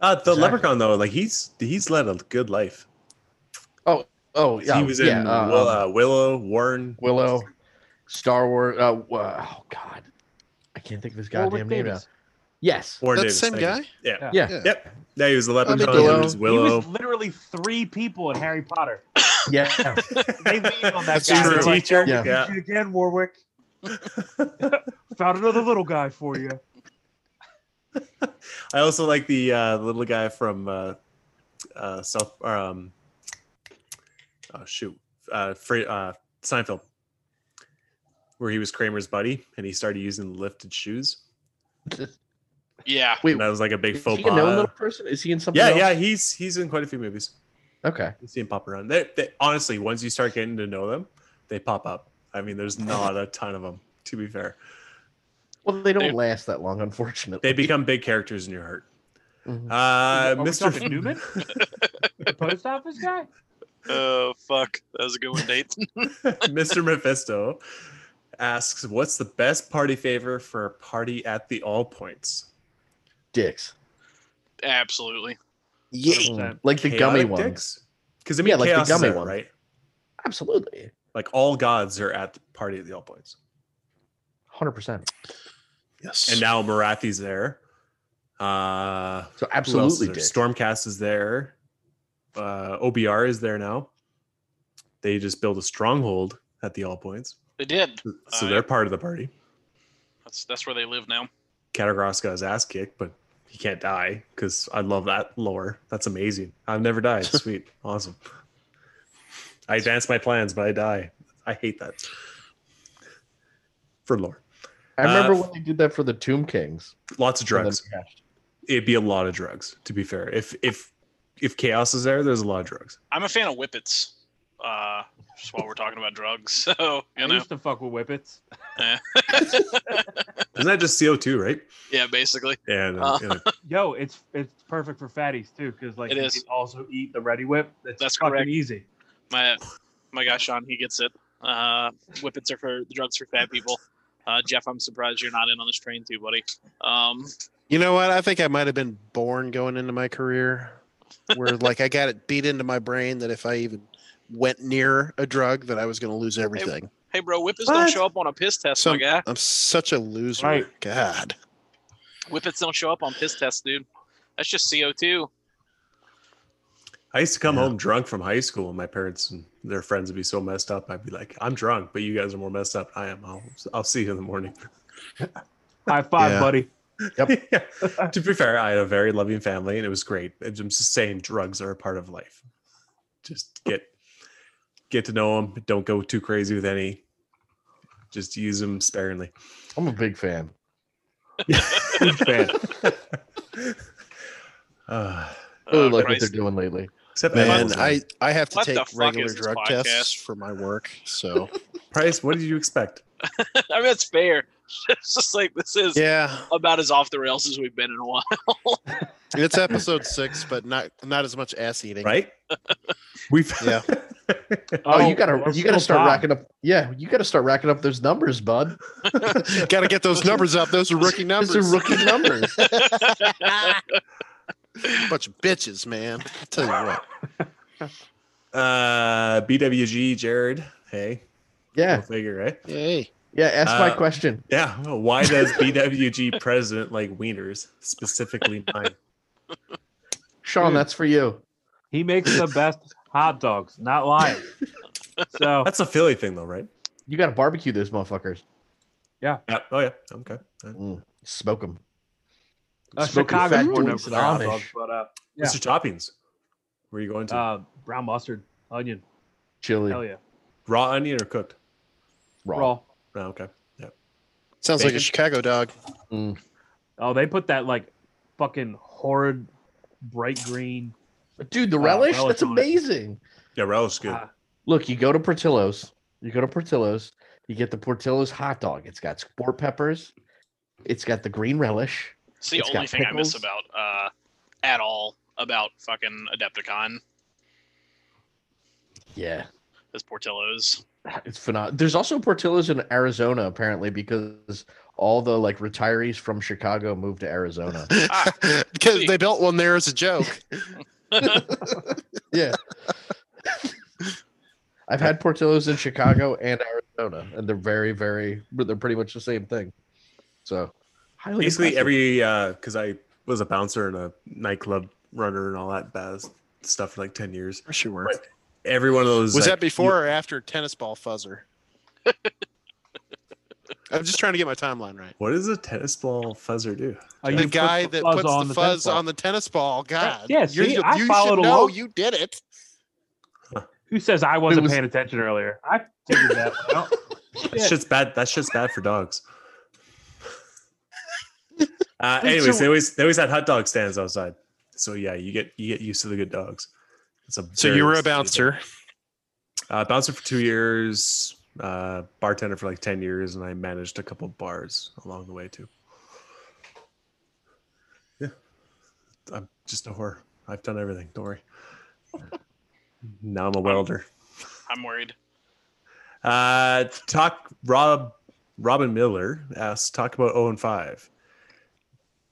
Uh, the Exactly. Leprechaun though, like he's he's led a good life. Oh yeah, he was in yeah, uh, Will, um, uh, Willow, Warren. Willow, Star Wars. Uh, w- oh God, I can't think of his Warwick goddamn name now. Davis. Yes, Warren That's the same Davis, thank guy. you. Yeah. Yeah. Yeah. Yeah. Yep. Yeah, he was the Leprechaun. Willow. He was Willow. He was literally three people in Harry Potter. yeah. They leaned on that That's guy. true. They're like, Teacher. "Don't Yeah. teach you again, Warwick. Found another little guy for you. I also like the uh, the little guy from uh, uh, South. or, Um, oh shoot, uh, Fre- uh, Seinfeld, where he was Kramer's buddy, and he started using lifted shoes. Yeah, Wait, And that was like a big is he faux a known little pas. person? Is he in something? Yeah, else? yeah, he's he's in quite a few movies. Okay. You see him pop around. They, they, honestly, once you start getting to know them, they pop up. I mean, there's not a ton of them. To be fair, Well, they don't Dude. last that long, unfortunately. they become big characters in your heart. Mhm. Uh, Are we Mr. talking Newman? The post office guy? Oh fuck, that was a good one, Nate. Mr. Mephisto asks, "What's the best party favor for a party at the all points?" dicks. Mm-hmm. Absolutely. Yeah. Percent. Like the gummy Chaotic ones. dicks? Because I mean, Yeah, like the chaos is gummy out, one. right? Absolutely. Like all gods are at the party at the all points, 100%. Yes. and now Marathi's there. Uh, So Who else is absolutely there? dicks. Stormcast is there. Uh, OBR is there now. They just build a stronghold at the all points, They did. so Uh, they're part of the party. That's that's where they live now. Katagross got his ass kicked, but he can't die because I love that lore. That's amazing. I've never died. Sweet, awesome. I advance my plans, but I die. I hate that for lore. I remember when they did that for the Tomb Kings. Lots of and then uh, drugs. crashed. It'd be a lot of drugs. To be fair, if if if chaos is there, there's a lot of drugs. I'm a fan of whippets. Uh, just while we're talking about drugs, so you I know, used to fuck with whippets. Isn't that just CO two, right? yeah, basically. And, Uh. and Yo, it's it's perfect for fatties too, because like It you is. can also eat the ready whip. That's, That's fucking correct. easy. My my guy Sean, he gets it. Uh, whippets are for drugs for fat people. Uh, Jeff, I'm surprised you're not in on this train too, buddy. Um, You know what? I think I might have been born going into my career where like I got it beat into my brain that if I even went near a drug that I was going to lose everything. hey, bro, whippets What? don't show up on a piss test, my Some- guy. I'm such a loser. Right. God. Whippets don't show up on piss tests, dude. That's just CO2. I used to come Yeah. home drunk from high school, and my parents and their friends would be so messed up. I'd be like, "I'm drunk, but you guys are more messed up. than I am. I'll, I'll see you in the morning." High five, Yeah. buddy. Yeah. To be fair, I had a very loving family, and it was great. I'm just saying, drugs are a part of life. Just get get to know them. Don't go too crazy with any. Just use them sparingly. I'm a big fan. Huge fan. Uh, Really Uh, like what Christ. they're doing lately. except Man, Apple's I, I have to What the take fuck regular is this drug podcast? tests for my work. So price. What did you expect? I mean, that's fair. it's just like this is yeah, about as off the rails as we've been in a while. it's episode six, but not not as much ass eating. Right? We've Yeah. Oh, you gotta we're you still gotta start top. racking up. Yeah, you gotta start racking up those numbers, bud. Got to get those numbers up. Those are rookie numbers. Those are rookie numbers. Bunch of bitches, man. I tell you what. uh, BWG Jared. Hey, go yeah, figure, right? Yay. yeah. Ask my Uh, question. Yeah. well, Why does BWG president like wieners specifically mine? Sean, hmm. that's for you. He makes the best hot dogs. Not lying. So uh, That's a Philly thing, though, right? You got to barbecue those motherfuckers. Yeah. Oh yeah. Okay. All right. Mm, smoke them. uh, Smoke your Chicago's fat more known dudes for and their hot Amish. dogs, but uh, Yeah. Mr. Toppings. Where are you going to? uh, brown mustard, onion, Chili. hell yeah, Raw onion or cooked? raw. raw. Oh, okay. Sounds like Bacon. a Chicago dog. Oh, they put that like fucking horrid bright green. But Dude, the Uh, relish? relish that's on it. amazing. Yeah, relish is good. Uh, Ah. Look, you go to Portillo's. You go to Portillo's. You get the Portillo's hot dog. It's got sport peppers. It's got the green relish. It's the It's got only thing I miss pickles. about uh, at all about fucking Adepticon Yeah, is Portillo's. it's phenomenal. There's also Portillo's in Arizona apparently because all the like retirees from Chicago moved to Arizona. Ah, Because they built one there as a joke. yeah. I've had Portillo's in Chicago and Arizona, and they're very, very, they're pretty much the same thing. So, highly Basically, impressive. every because I was a bouncer and a nightclub runner and all that bad stuff for like ten years. For sure. Right. Every one of those Was like, that before or after tennis ball fuzzer? I'm just trying to get my timeline right. What does a tennis ball fuzzer do? Oh, you the put guy that puts the tennis fuzz ball. on the tennis ball. God, yeah, You're- see, you I you followed should know along. you did it. Who says I wasn't was- paying attention earlier? I figured that one out. That Yeah. shit's bad. That shit's bad for dogs. Uh, Wait, anyways, so- they always they always had hot dog stands outside. So yeah, you get you get used to the good dogs. It's a So very you were a risky thing. bouncer. Uh, bouncer for two years, uh, bartender for like ten years, and I managed a couple bars along the way too. Yeah, I'm just a whore. I've done everything. Don't worry. now I'm a welder. I'm worried. Uh, talk Rob Robin Miller asks talk about 0 and 5.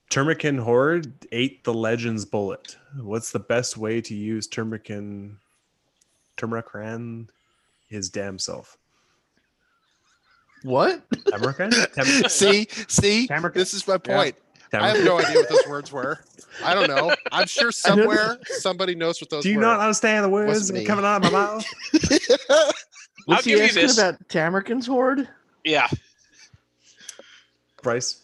Termican Horde ate the legend's bullet. What's the best way to use Termican Termacran his damn self? what? Termacran? Tem- see, see, Tamrican? this is my Yeah. point. I have Tem- no idea what those words were. I don't know. I'm sure somewhere somebody knows what those. Do you were. not understand the words Wasn't me. coming out of my mouth? I'll Was he give you asking this. about Tamerkin's horde? yeah, Bryce.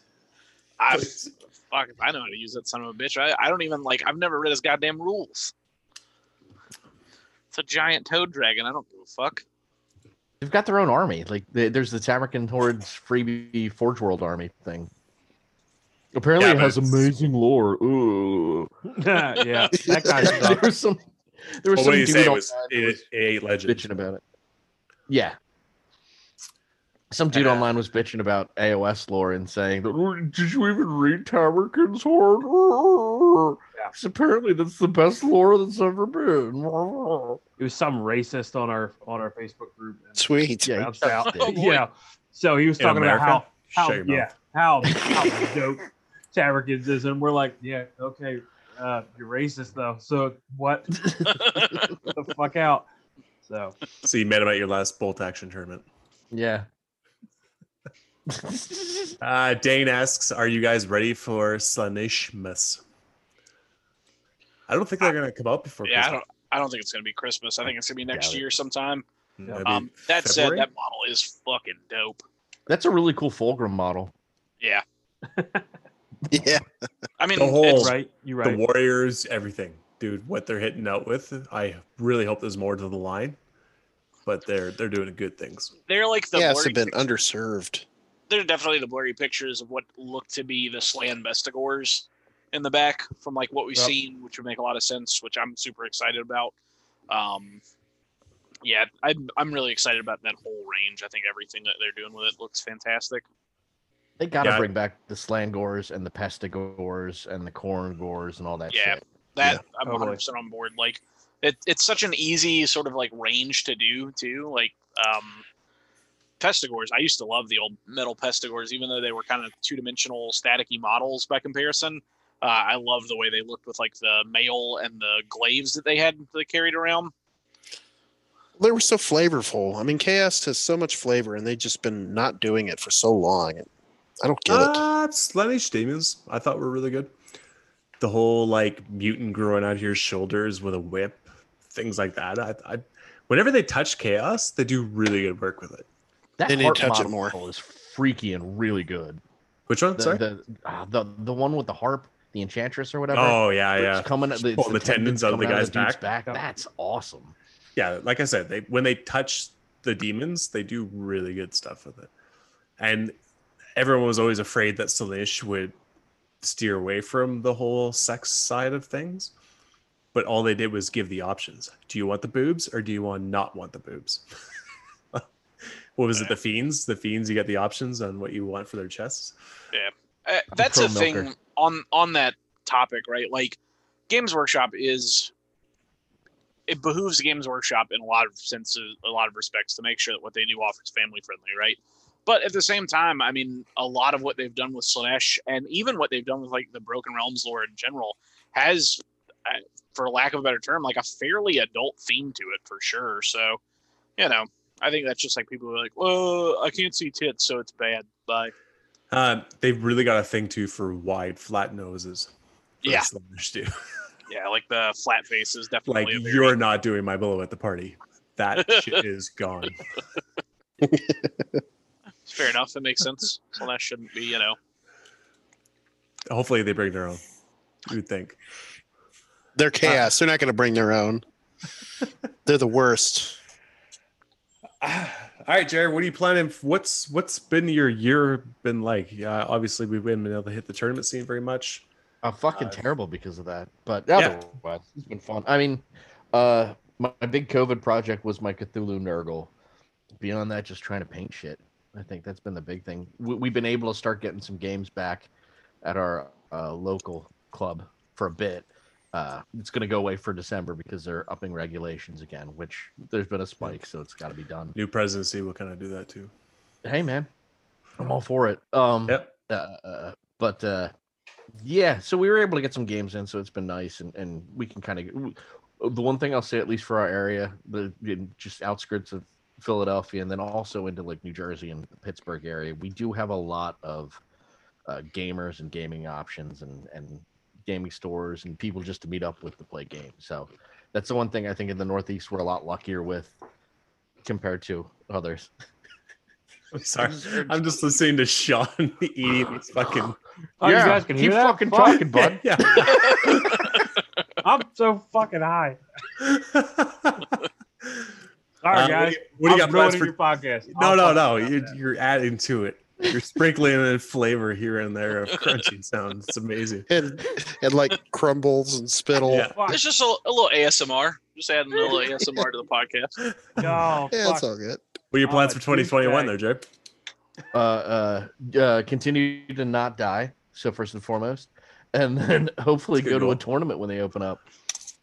I fuck if I know how to use that son of a bitch. I, I don't even like. I've never read his goddamn rules. It's a giant toad dragon. I don't give a fuck. They've got their own army. Like they, there's the Tamerkin Horde's freebie Forge World army thing. Apparently, Yeah, it but has it's- amazing lore. Ooh. yeah, that guy there sucks. was some. There Well, was some what you dude say online was that it, was it ate legend. bitching about it. Yeah. Some dude Uh, online was bitching about AOS lore and saying, "Did you even read Tamerkin's Horde? Yeah. 'Cause apparently, that's the best lore that's ever been." It was some racist on our on our Facebook group. and Sweet. Yeah, bounced out. Oh, boy. yeah, so he was In talking America? about how how Shut your mouth. yeah how how dope Tamerkins is, and we're like, yeah, okay, uh, you're racist though. So what? Get the fuck out. So So you met him at your last bolt action tournament. yeah. Uh, Dane asks, "Are you guys ready for Slanishmas?" I don't think they're gonna come out before. Yeah, I don't. I don't think it's gonna be Christmas. I think it's gonna be next Doubt it. year sometime. Christmas. That'd be Um, that February? said, that model is fucking dope. That's a really cool Fulgrim model. Yeah, Yeah. I mean, The whole- it's- right, you the right. Warriors, everything, dude. What they're hitting out with, I really hope there's more to the line. but they're they're doing good things. They're like the yeah, it's blurry, been underserved. they're definitely the blurry pictures of what looked to be the Slan Vestigores in the back from like what we've Yep. seen, which would make a lot of sense, which I'm super excited about. Um, yeah, I'm, I'm really excited about that whole range. I think everything that they're doing with it looks fantastic. They gotta Yeah. bring back the Slangors and the Pestigores and the Corngors and all that Yeah. shit. That Yeah, I'm totally. 100% on board. Like, it, it's such an easy sort of like range to do too. Like, um, Pestigores. I used to love the old metal Pestigores, even though they were kind of two-dimensional, staticky models by comparison. Uh, I love the way they looked with like the mail and the glaives that they had that they carried around. They were so flavorful. I mean, Chaos has so much flavor, and they've just been not doing it for so long. I don't get it. Uh, Slanish demons, I thought were really good. The whole like mutant growing out of your shoulders with a whip, things like that. I, I whenever they touch chaos, they do really good work with it. That They need to heart touch it model more. is freaky and really good. Which one? The Sorry. the, ah, the the one with the harp, the enchantress or whatever. oh yeah, where yeah, It's coming. It's Just pulling the tendons out of the coming guy's dude's back. Yep. That's awesome. yeah. Like I said, they when they touch the demons, they do really good stuff with it. And everyone was always afraid that Slanish would steer away from the whole sex side of things. But all they did was give the options. Do you want the boobs or do you want not want the boobs? what was it? The fiends? The fiends, you got the options on what you want for their chests. Uh, that's pro a thing milker. on on that topic, right? Like, Games Workshop is it behooves Games Workshop in a lot of senses, a lot of respects, to make sure that what they do offers family friendly, right? But at the same time, I mean, a lot of what they've done with Slanesh and even what they've done with like the Broken Realms lore in general has, uh, for lack of a better term, like a fairly adult theme to it for sure. So, you know, I think that's just like people who are like, well, I can't see tits, so it's bad. Bye. Uh, they've really got a thing too for wide flat noses. for Yeah. Slanish do. Yeah, like the flat face is definitely like a very- you're not doing my blow at the party. That shit is gone. fair enough. That makes sense. So that shouldn't be, you know. Hopefully they bring their own. You'd think. They're Chaos. They're not going to bring their own. They're the worst. Ah, All right, Jared, what are you planning? What's what's been your year been like? Yeah, obviously we haven't been able to hit the tournament scene very much. I'm fucking Uh, terrible because of that. But Yeah. otherwise, it's been fun. I mean, uh, my, my big COVID project was my Cthulhu Nurgle. Beyond that, just trying to paint shit. I think that's been the big thing. We, we've been able to start getting some games back at our uh, local club for a bit. Uh, it's going to go away for December because they're upping regulations again, which there's been a spike, so it's got to be done. New presidency will kind of do that too. Hey, man, I'm all for it. Um, Yep. uh, uh, but uh, yeah, so we were able to get some games in, so it's been nice, and, and we can kind of. The one thing I'll say, at least for our area, the in just outskirts of Philadelphia, and then also into like New Jersey and the Pittsburgh area, we do have a lot of uh, gamers and gaming options, and and gaming stores, and people just to meet up with to play games. So that's the one thing I think in the Northeast we're a lot luckier with compared to others. I'm sorry. I'm just listening to Sean eating his fucking Oh, you guys can hear keep that? fucking Fuck. talking, bud. Yeah. I'm so fucking high. All right, Uh, What guys. do you, what do you got I'm plans ruining for your podcast. No, I'll no, no. fucking stop You're, that. you're adding to it. You're sprinkling in flavor here and there of crunchy sounds. It's amazing. And and like crumbles and spittle. Yeah. Fuck. It's just a, a little ASMR. Just adding a little ASMR to the podcast. No, Yeah, it's fuck. all good. What are your Oh, plans for 2021 there, douchebag. Jay? uh, uh, uh, continue to not die. So first and foremost, and then hopefully Good go to goal. a tournament when they open up. It's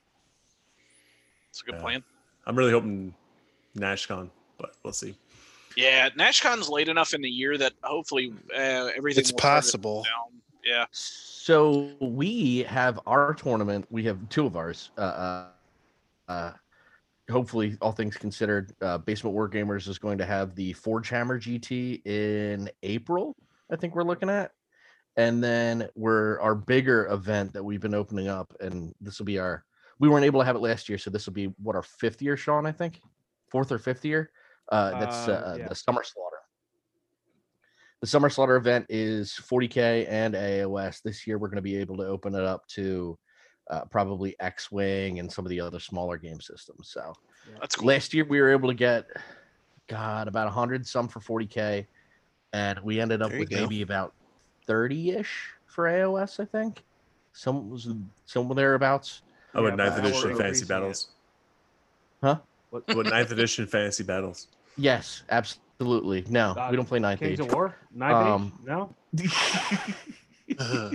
a good Yeah. plan. I'm really hoping NashCon, but we'll see. Yeah, NashCon's late enough in the year that hopefully uh, everything. It's will start possible. Down. Yeah, So we have our tournament. We have two of ours. Uh, uh, uh, hopefully, all things considered, uh, Basement War Gamers is going to have the Forge Hammer GT in April. I think we're looking at, and then we're our bigger event that we've been opening up, and this will be our. We weren't able to have it last year, so this will be what our fifth year, Sean. I think fourth or fifth year. Uh, that's Uh, uh, yeah. the Summer Slaughter. The Summer Slaughter event is 40K and AOS. This year, we're going to be able to open it up to uh, probably X Wing and some of the other smaller game systems. So That's cool. last year we were able to get, God, about 100 some for 40K. And we ended up There you with go. maybe about 30 ish for AOS, I think. Some was somewhere thereabouts. How about Yeah, Oh, ninth but edition we're fantasy increasing battles? Huh? What about ninth edition fantasy battles? Yes, absolutely. No, Uh, we don't play ninth Kings age. of War, Knife Um, Age? No, Uh-huh.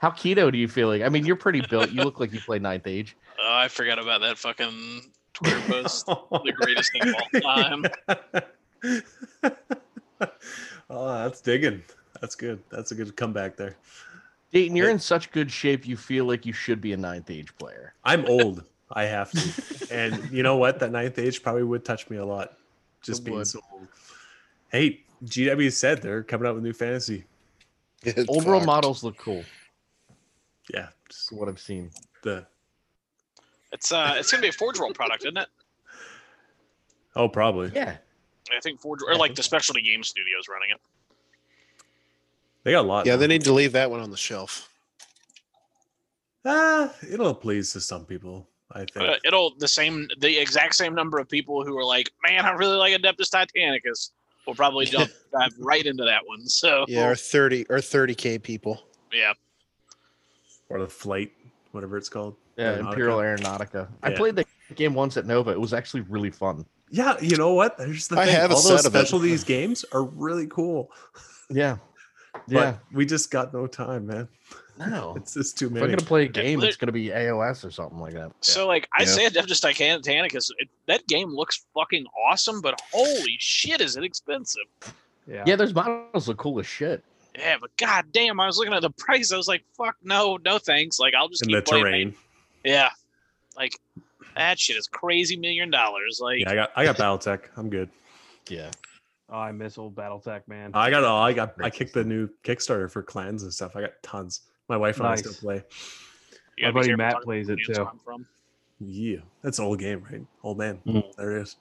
How keto do you feeling? I mean, you're pretty built. You look like you play ninth age. Oh, I forgot about that fucking Twitter post. the greatest thing of all time. oh, that's digging. That's good. That's a good comeback there. Dayton, you're Hey. in such good shape. You feel like you should be a ninth age player. I'm old. I have to. and you know what? That ninth age probably would touch me a lot. Just It being would. so old. Hey, GW said they're coming out with new fantasy. It's Old role fucked. models look cool. Yeah. Just from What I've seen. the It's uh, it's gonna be a Forge World product, isn't it? oh probably. Yeah, I think Forge or like the specialty game studios running it. They got a lot. Yeah, now. they need to leave that one on the shelf. Ah, it'll please to some people, I think. Uh, it'll the same the exact same number of people who are like, man, I really like Adeptus Titanicus. Will probably jump dive right into that one. So Yeah, or thirty or thirty k people. yeah. or the flight, whatever it's called. yeah. Aeronautica. Imperial Aeronautica. I Yeah. played the game once at Nova. It was actually really fun. Yeah, you know what? There's the I thing. have a All those set of it. specialties games are really cool. Yeah, yeah. Yeah. But we just got no time, man. no, It's just too if I'm many. gonna play a game, Lit- it's gonna be AOS or something like that. So like I Yeah. say Adeptus Titanicus, it, that game looks fucking awesome, but holy shit, is it expensive? yeah, yeah, those models look cool as shit. Yeah, but goddamn, I was looking at the price. I was like, fuck no, no thanks. Like I'll just in keep the playing. terrain. Yeah, like that shit is crazy million dollars. Like Yeah, I got I got BattleTech. I'm good. Yeah, Oh, I miss old BattleTech, man. I got all I got. I kicked the new Kickstarter for clans and stuff. I got tons. My wife and I still Nice. play. you gotta My be buddy careful Matt talking plays about it, where too. I'm From. Yeah, that's an old game, right? Old man. Mm. There it is.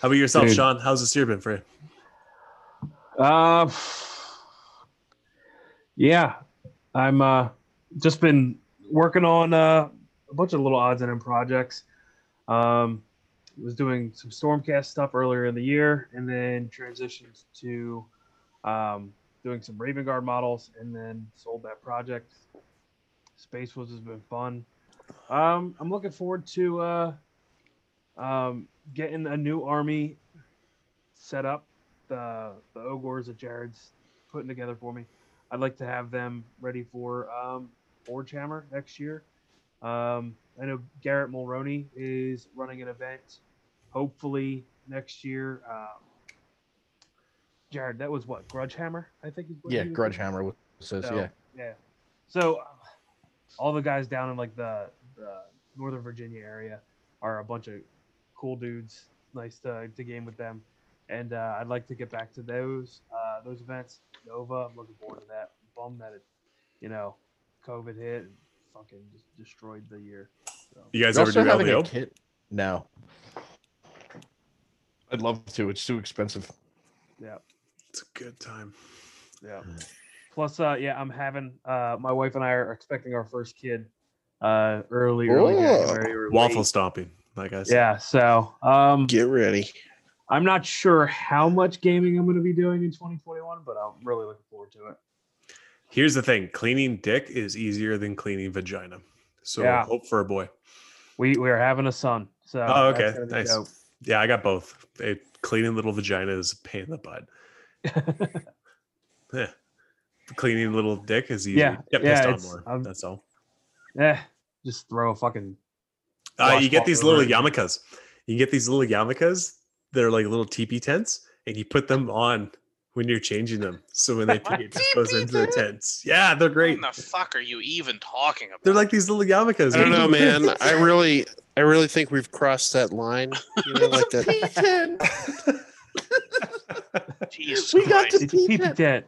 How about yourself, Dude. Sean? How's this year been for you? Um, yeah, I'm uh, just been working on uh, a bunch of little odds and end projects. Um, was doing some Stormcast stuff earlier in the year, and then transitioned to um, doing some Raven Guard models, and then sold that project. Space Wolves has been fun. Um, I'm looking forward to uh, um, getting a new army set up the the ogres that Jared's putting together for me. I'd like to have them ready for um, Forge Hammer next year. Um, I know Garrett Mulroney is running an event, hopefully next year. Um, Jared, that was what Grudge Hammer, I think. Is what yeah. he was Grudge doing? Hammer was- says So, yeah. yeah. So uh, all the guys down in like the, the Northern Virginia area are a bunch of cool dudes. Nice to, to game with them. And uh, I'd like to get back to those uh, those events. Nova, I'm looking forward to that. Bum that it, you know, COVID hit and fucking just destroyed the year. So. You guys You're ever do also having a LVO? kid? No. I'd love to. It's too expensive. It's a good time. Yeah. Plus, uh, yeah, I'm having uh, my wife and I are expecting our first kid uh, early, early Oh. January. or Waffle late. stomping, like I said. Yeah. So, um, Get ready. I'm not sure how much gaming I'm going to be doing in 2021, but I'm really looking forward to it. Here's the thing: cleaning dick is easier than cleaning vagina. So Yeah. hope for a boy. We we are having a son, so Oh, that's okay. gonna be Nice. dope. Yeah, I got both. A cleaning little vagina is a pain in the butt. yeah. Cleaning little dick is easy. Yeah, Get pissed yeah, on it's- um, more. I'm- That's all. Eh, just throw a fucking Uh, you Wash get walk these over little it. yarmulkes. You get these little yarmulkes. They're like little teepee tents, and you put them on when you're changing them. So when they pee, it just goes into the tents. Yeah, they're great. What the fuck are you even talking about? They're like these little yarmulkes. I don't know, man. I really, I really think we've crossed that line. You know, like that. Jesus We Christ. got to it's a pee peep tent. tent.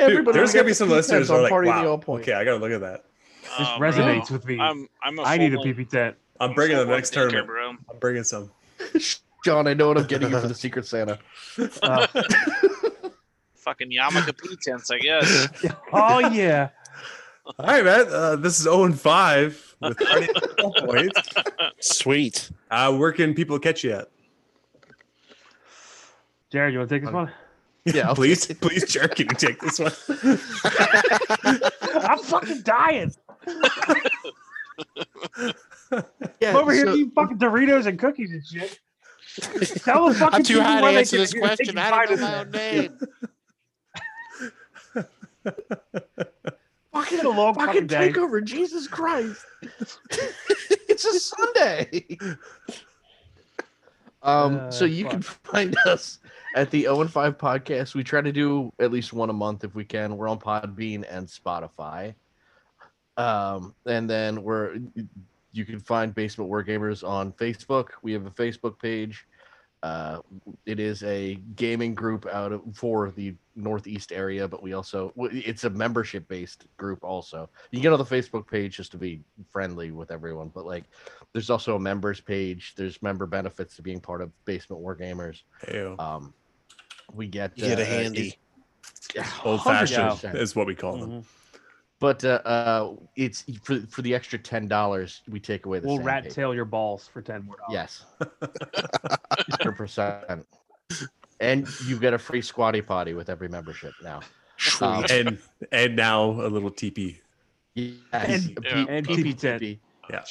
Dude, there's gonna be some listeners listeners who are like, party "Wow, point. okay, I gotta look at that." This Oh, bro. resonates with me. I'm I'm a I need a full-blown- PP tent. I'm bringing the full-blown next dicker, tournament. bro. I'm bringing some. John, I know what I'm getting you for the Secret Santa. Uh, Fucking Yamaka P tents, I guess. oh yeah, All right, man. Uh, this is 0 and 5 with 30 points. Sweet. Uh, where can people catch you at? Jared, you want to take this one? Yeah, I'll please, please, Jared, can you take this one? I'm fucking dying. Yeah, I'm over here so- eating fucking Doritos and cookies and shit. Tell the fucking I'm too people high to where they answer can- this they can question. I find don't know us my at. own name. Fucking a long fucking day. over, Jesus Christ! it's a Sunday. Um, so Uh, you can find us at the Owen Five Podcast. We try to do at least one a month if we can. We're on Podbean and Spotify. Um, and then we're you can find Basement Wargamers on Facebook. We have a Facebook page. Uh, it is a gaming group out of, for the Northeast area, but we also w- it's a membership based group. Also, you can get on the Facebook page just to be friendly with everyone. But like, there's also a members page. There's member benefits to being part of Basement Wargamers. Ew. Um, we get You get a uh, handy. it- Old fashioned 100%. is what we call them. but uh, uh, it's for for the extra ten dollars we take away the We'll rat sandpaper. tail your balls for ten more dollars. Yes. Hundred percent. And you get a free squatty potty with every membership now. Um, Sweet. And and now a little teepee. yes. And- P- and PP TP tent. TP. Oh, Yeah.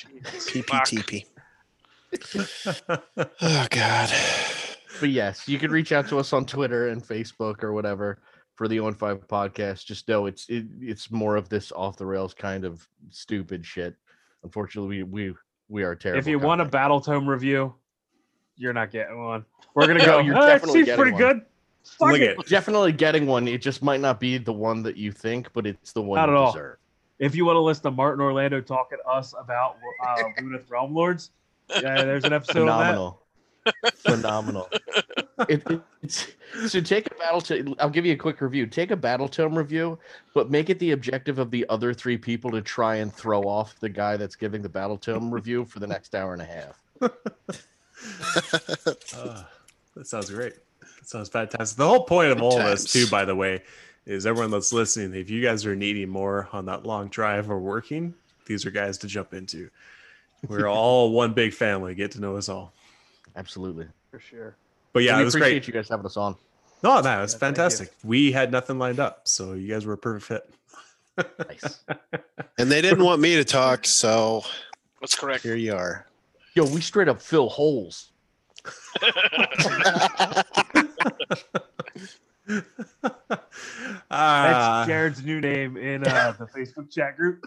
PPTP. Oh God. But yes, you can reach out to us on Twitter and Facebook or whatever for the on five podcast. Just know it's it, it's more of this off the rails kind of stupid shit. Unfortunately, we we, we are terrible. If you want a company. battle tome review, you're not getting one. We're gonna go. No, you're "Ah, it definitely seems getting pretty one." good. Fuck Look it. at definitely getting one, it just might not be the one that you think, but it's the one Not you at all. deserve. If you want to listen to Martin Orlando talking to us about uh, Lunith Realm Lords, yeah, there's an episode on phenomenal phenomenal it, it- it's, so take a battle to i'll give you a quick review take a battle tome review but make it the objective of the other three people to try and throw off the guy that's giving the battle tome review for the next hour and a half Uh, that sounds great. That sounds fantastic. The whole point of Good all of this, times. too, by the way, is everyone that's listening, if you guys are needing more on that long drive or working, these are guys to jump into. We're all one big family. Get to know us all. absolutely that for sure. But yeah, we it was appreciate great. you guys having us on No, no, it was Yeah, thank you. fantastic. We had nothing lined up, so you guys were a perfect fit. nice And they didn't want me to talk, so That's correct. here you are. yo we straight up fill holes That's Ah, Jared's new name in uh, the Facebook chat group.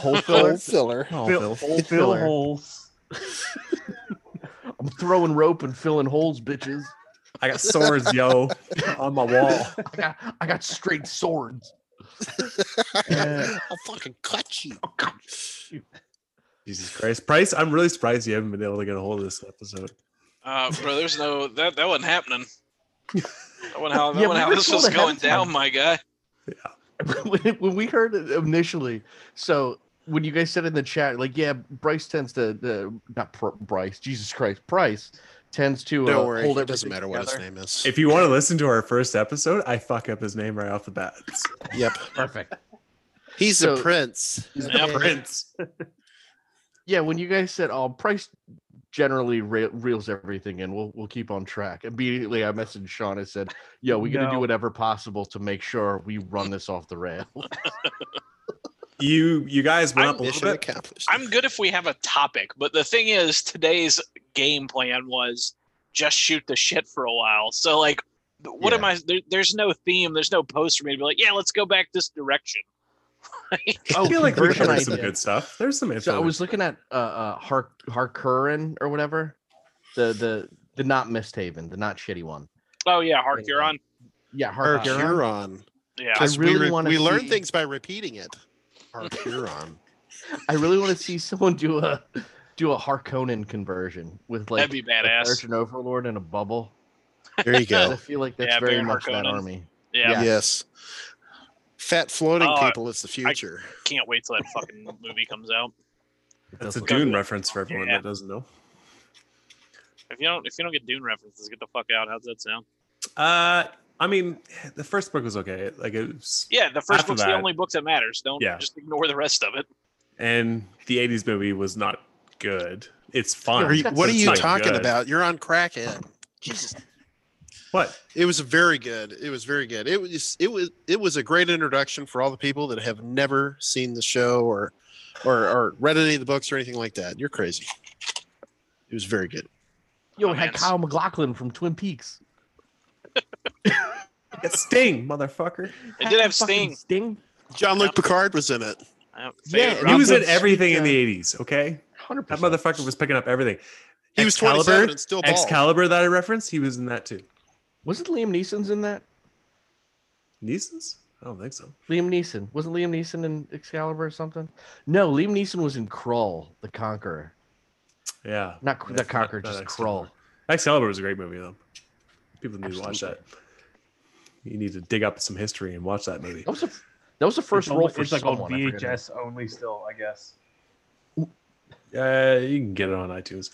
hole filler filler. oh, Phil, Phil. Phil Filler. holes. i'm throwing rope and filling holes bitches I got swords, yo, on my wall. i got, I got straight swords I'll fucking cut you. Oh, Jesus Christ, Price! I'm really surprised you haven't been able to get a hold of this episode. Uh, bro, there's no that that wasn't happening. That wasn't how that wasn't Yeah, we how were this told was ahead of going down, time. my guy. when when we heard it initially, so when you guys said in the chat, like, yeah, Bryce tends to, the not Pr- Bryce, Jesus Christ, Bryce tends to uh, Don't worry. hold It doesn't matter everything what his together. name is. If you want to listen to our first episode, I fuck up his name right off the bat. Yep. Perfect. He's So- a prince. Yeah, Yeah. Prince. Yeah, when you guys said, "Oh, Price generally re- reels everything in," we'll we'll keep on track. Immediately, I messaged Sean. I said, "Yo, we got to No. do whatever possible to make sure we run this off the rail." You you guys went I'm up a Mission little bit. accomplished. I'm good if we have a topic, but the thing is, today's game plan was just shoot the shit for a while. So like, what am Yeah. I? There, there's no theme. There's no post for me to be like, yeah, let's go back this direction. I Oh, feel like we conversion covered some idea. good stuff. There's some info. So I was looking at uh, uh Har Harkurin or whatever, the the the not Misthaven, the not shitty one. Oh yeah, Hark, you're on. Yeah, Or Harkurin. Huron. Yeah, I Because really we, re- wanna we learn see- things by repeating it. Our Huron. I really want to see someone do a do a Harkonnen conversion with like that'd be a badass. Virgin Overlord and a bubble. There you 'Cause I go. feel like that's Yeah, very Baron much that Harkonnen. army. Yeah, yeah. Yes. Fat floating Oh, I- people is the future. can't wait till that fucking movie comes out. It That's does a look- Dune reference for everyone Yeah. that doesn't know. If you don't, if you don't get Dune references, get the fuck out. How's that sound? Uh, I mean, the first book was okay. Like it was, Yeah, the first After book's the that- only book that matters. Don't Yeah. just ignore the rest of it. and the '80s movie was not good. It's fine. Are you- but what are it's you not talking good. about? You're on crackhead. Jesus. What? It was very good. It was very good. It was it was it was a great introduction for all the people that have never seen the show or or, or read any of the books or anything like that. You're crazy. It was very good. Yo, Oh, we man. had Kyle McLaughlin from Twin Peaks. It's Sting, motherfucker. It did have Sting. Fucking Sting. John Luke Picard was in it. I don't- Yeah, favorite He was in Roberts, everything in uh, the '80s. Okay, Hundred that percent. motherfucker was picking up everything. He was 27 Excalibur. and still bald. Excalibur that I referenced, he was in that too. Wasn't Liam Neeson's in that? Neeson's? I don't think so. Liam Neeson wasn't Liam Neeson in Excalibur or something? No, Liam Neeson was in Krull, the Conqueror. Yeah, Not Kr- the That's not- Conqueror, not just Excalibur. Krull. Excalibur was a great movie though. People need to watch that. Absolutely. You need to dig up some history and watch that movie. That was a that was the first it's role only- for it's like on someone. I forget who. VHS only still, I guess. Uh, you can get it on iTunes.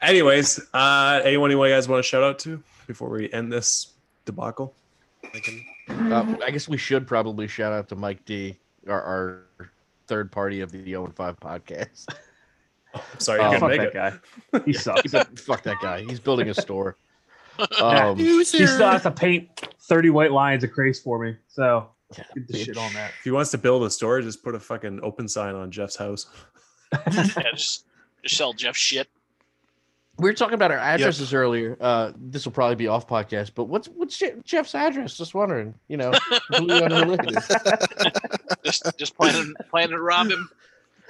Anyways, uh, anyone you guys want to shout out to before we end this debacle? Uh, I guess we should probably shout out to Mike D, our, our third party of the 0 and 5 podcast. Sorry, Oh, you couldn't Fuck fuck make that it. guy. He sucks. Fuck that guy. He's building a store. Um, he still has to paint thirty white lines of craze for me. So Yeah, get the shit bitch. on that. If he wants to build a store, just put a fucking open sign on Jeff's house. yeah, just, just sell Jeff shit. we were talking about our addresses earlier. Uh, this will probably be off podcast, but what's what's Je- Jeff's address? Just wondering. You know, completely unrelated. Just just planning planning to rob him.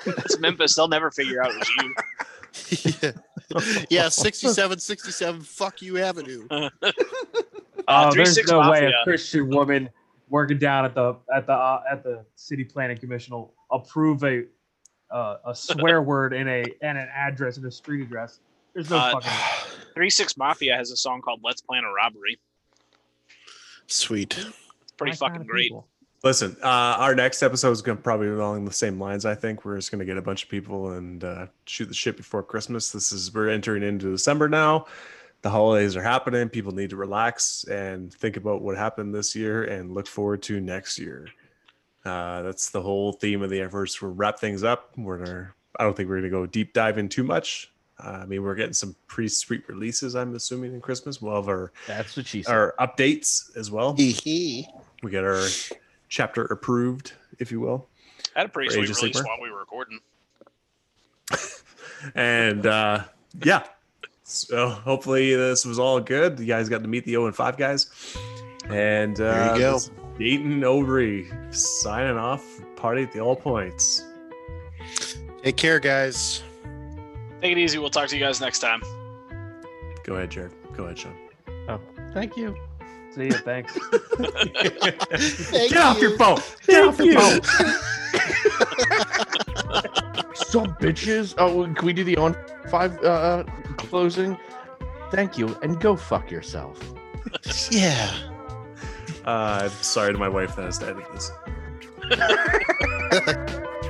It's Memphis. They'll never figure out it was you. Uh, yeah. yeah, 67, 67, fuck you Avenue. Uh, oh, three there's six no way mafia. a Christian woman working down at the at the uh, at the city planning commission will approve a uh, a swear word in a and an address and a street address. There's no Uh, fucking. Three Six Mafia has a song called "Let's Plan a Robbery." Sweet. It's pretty my kind fucking of great. people. Listen, uh, our next episode is going to probably be along the same lines. I think we're just going to get a bunch of people and uh, shoot the shit before Christmas. This is we're entering into December now. The holidays are happening. People need to relax and think about what happened this year and look forward to next year. Uh, that's the whole theme of the efforts. We'll wrap things up. We're gonna, I don't think we're going to go deep dive in too much. Uh, I mean, we're getting some pretty sweet releases. I'm assuming in Christmas. We'll have our That's what she said. our updates as well. Hee-hee. We get our chapter approved, if you will. Had a pretty For sweet Age of release Sleeper? while we were recording. and uh, yeah. So hopefully this was all good. You guys got to meet the 0 and 5 guys. And uh, There you go. this is Dayton Overy signing off. Party at the All Points. Take care, guys. Take it easy. We'll talk to you guys next time. Go ahead, Jared. Go ahead, Sean. Thank you. See ya. Thanks. Get off your phone. Get off your phone. Some bitches. Oh, can we do the on five uh, closing? Thank you, and go fuck yourself. Yeah. Uh, sorry to my wife that has to edit this.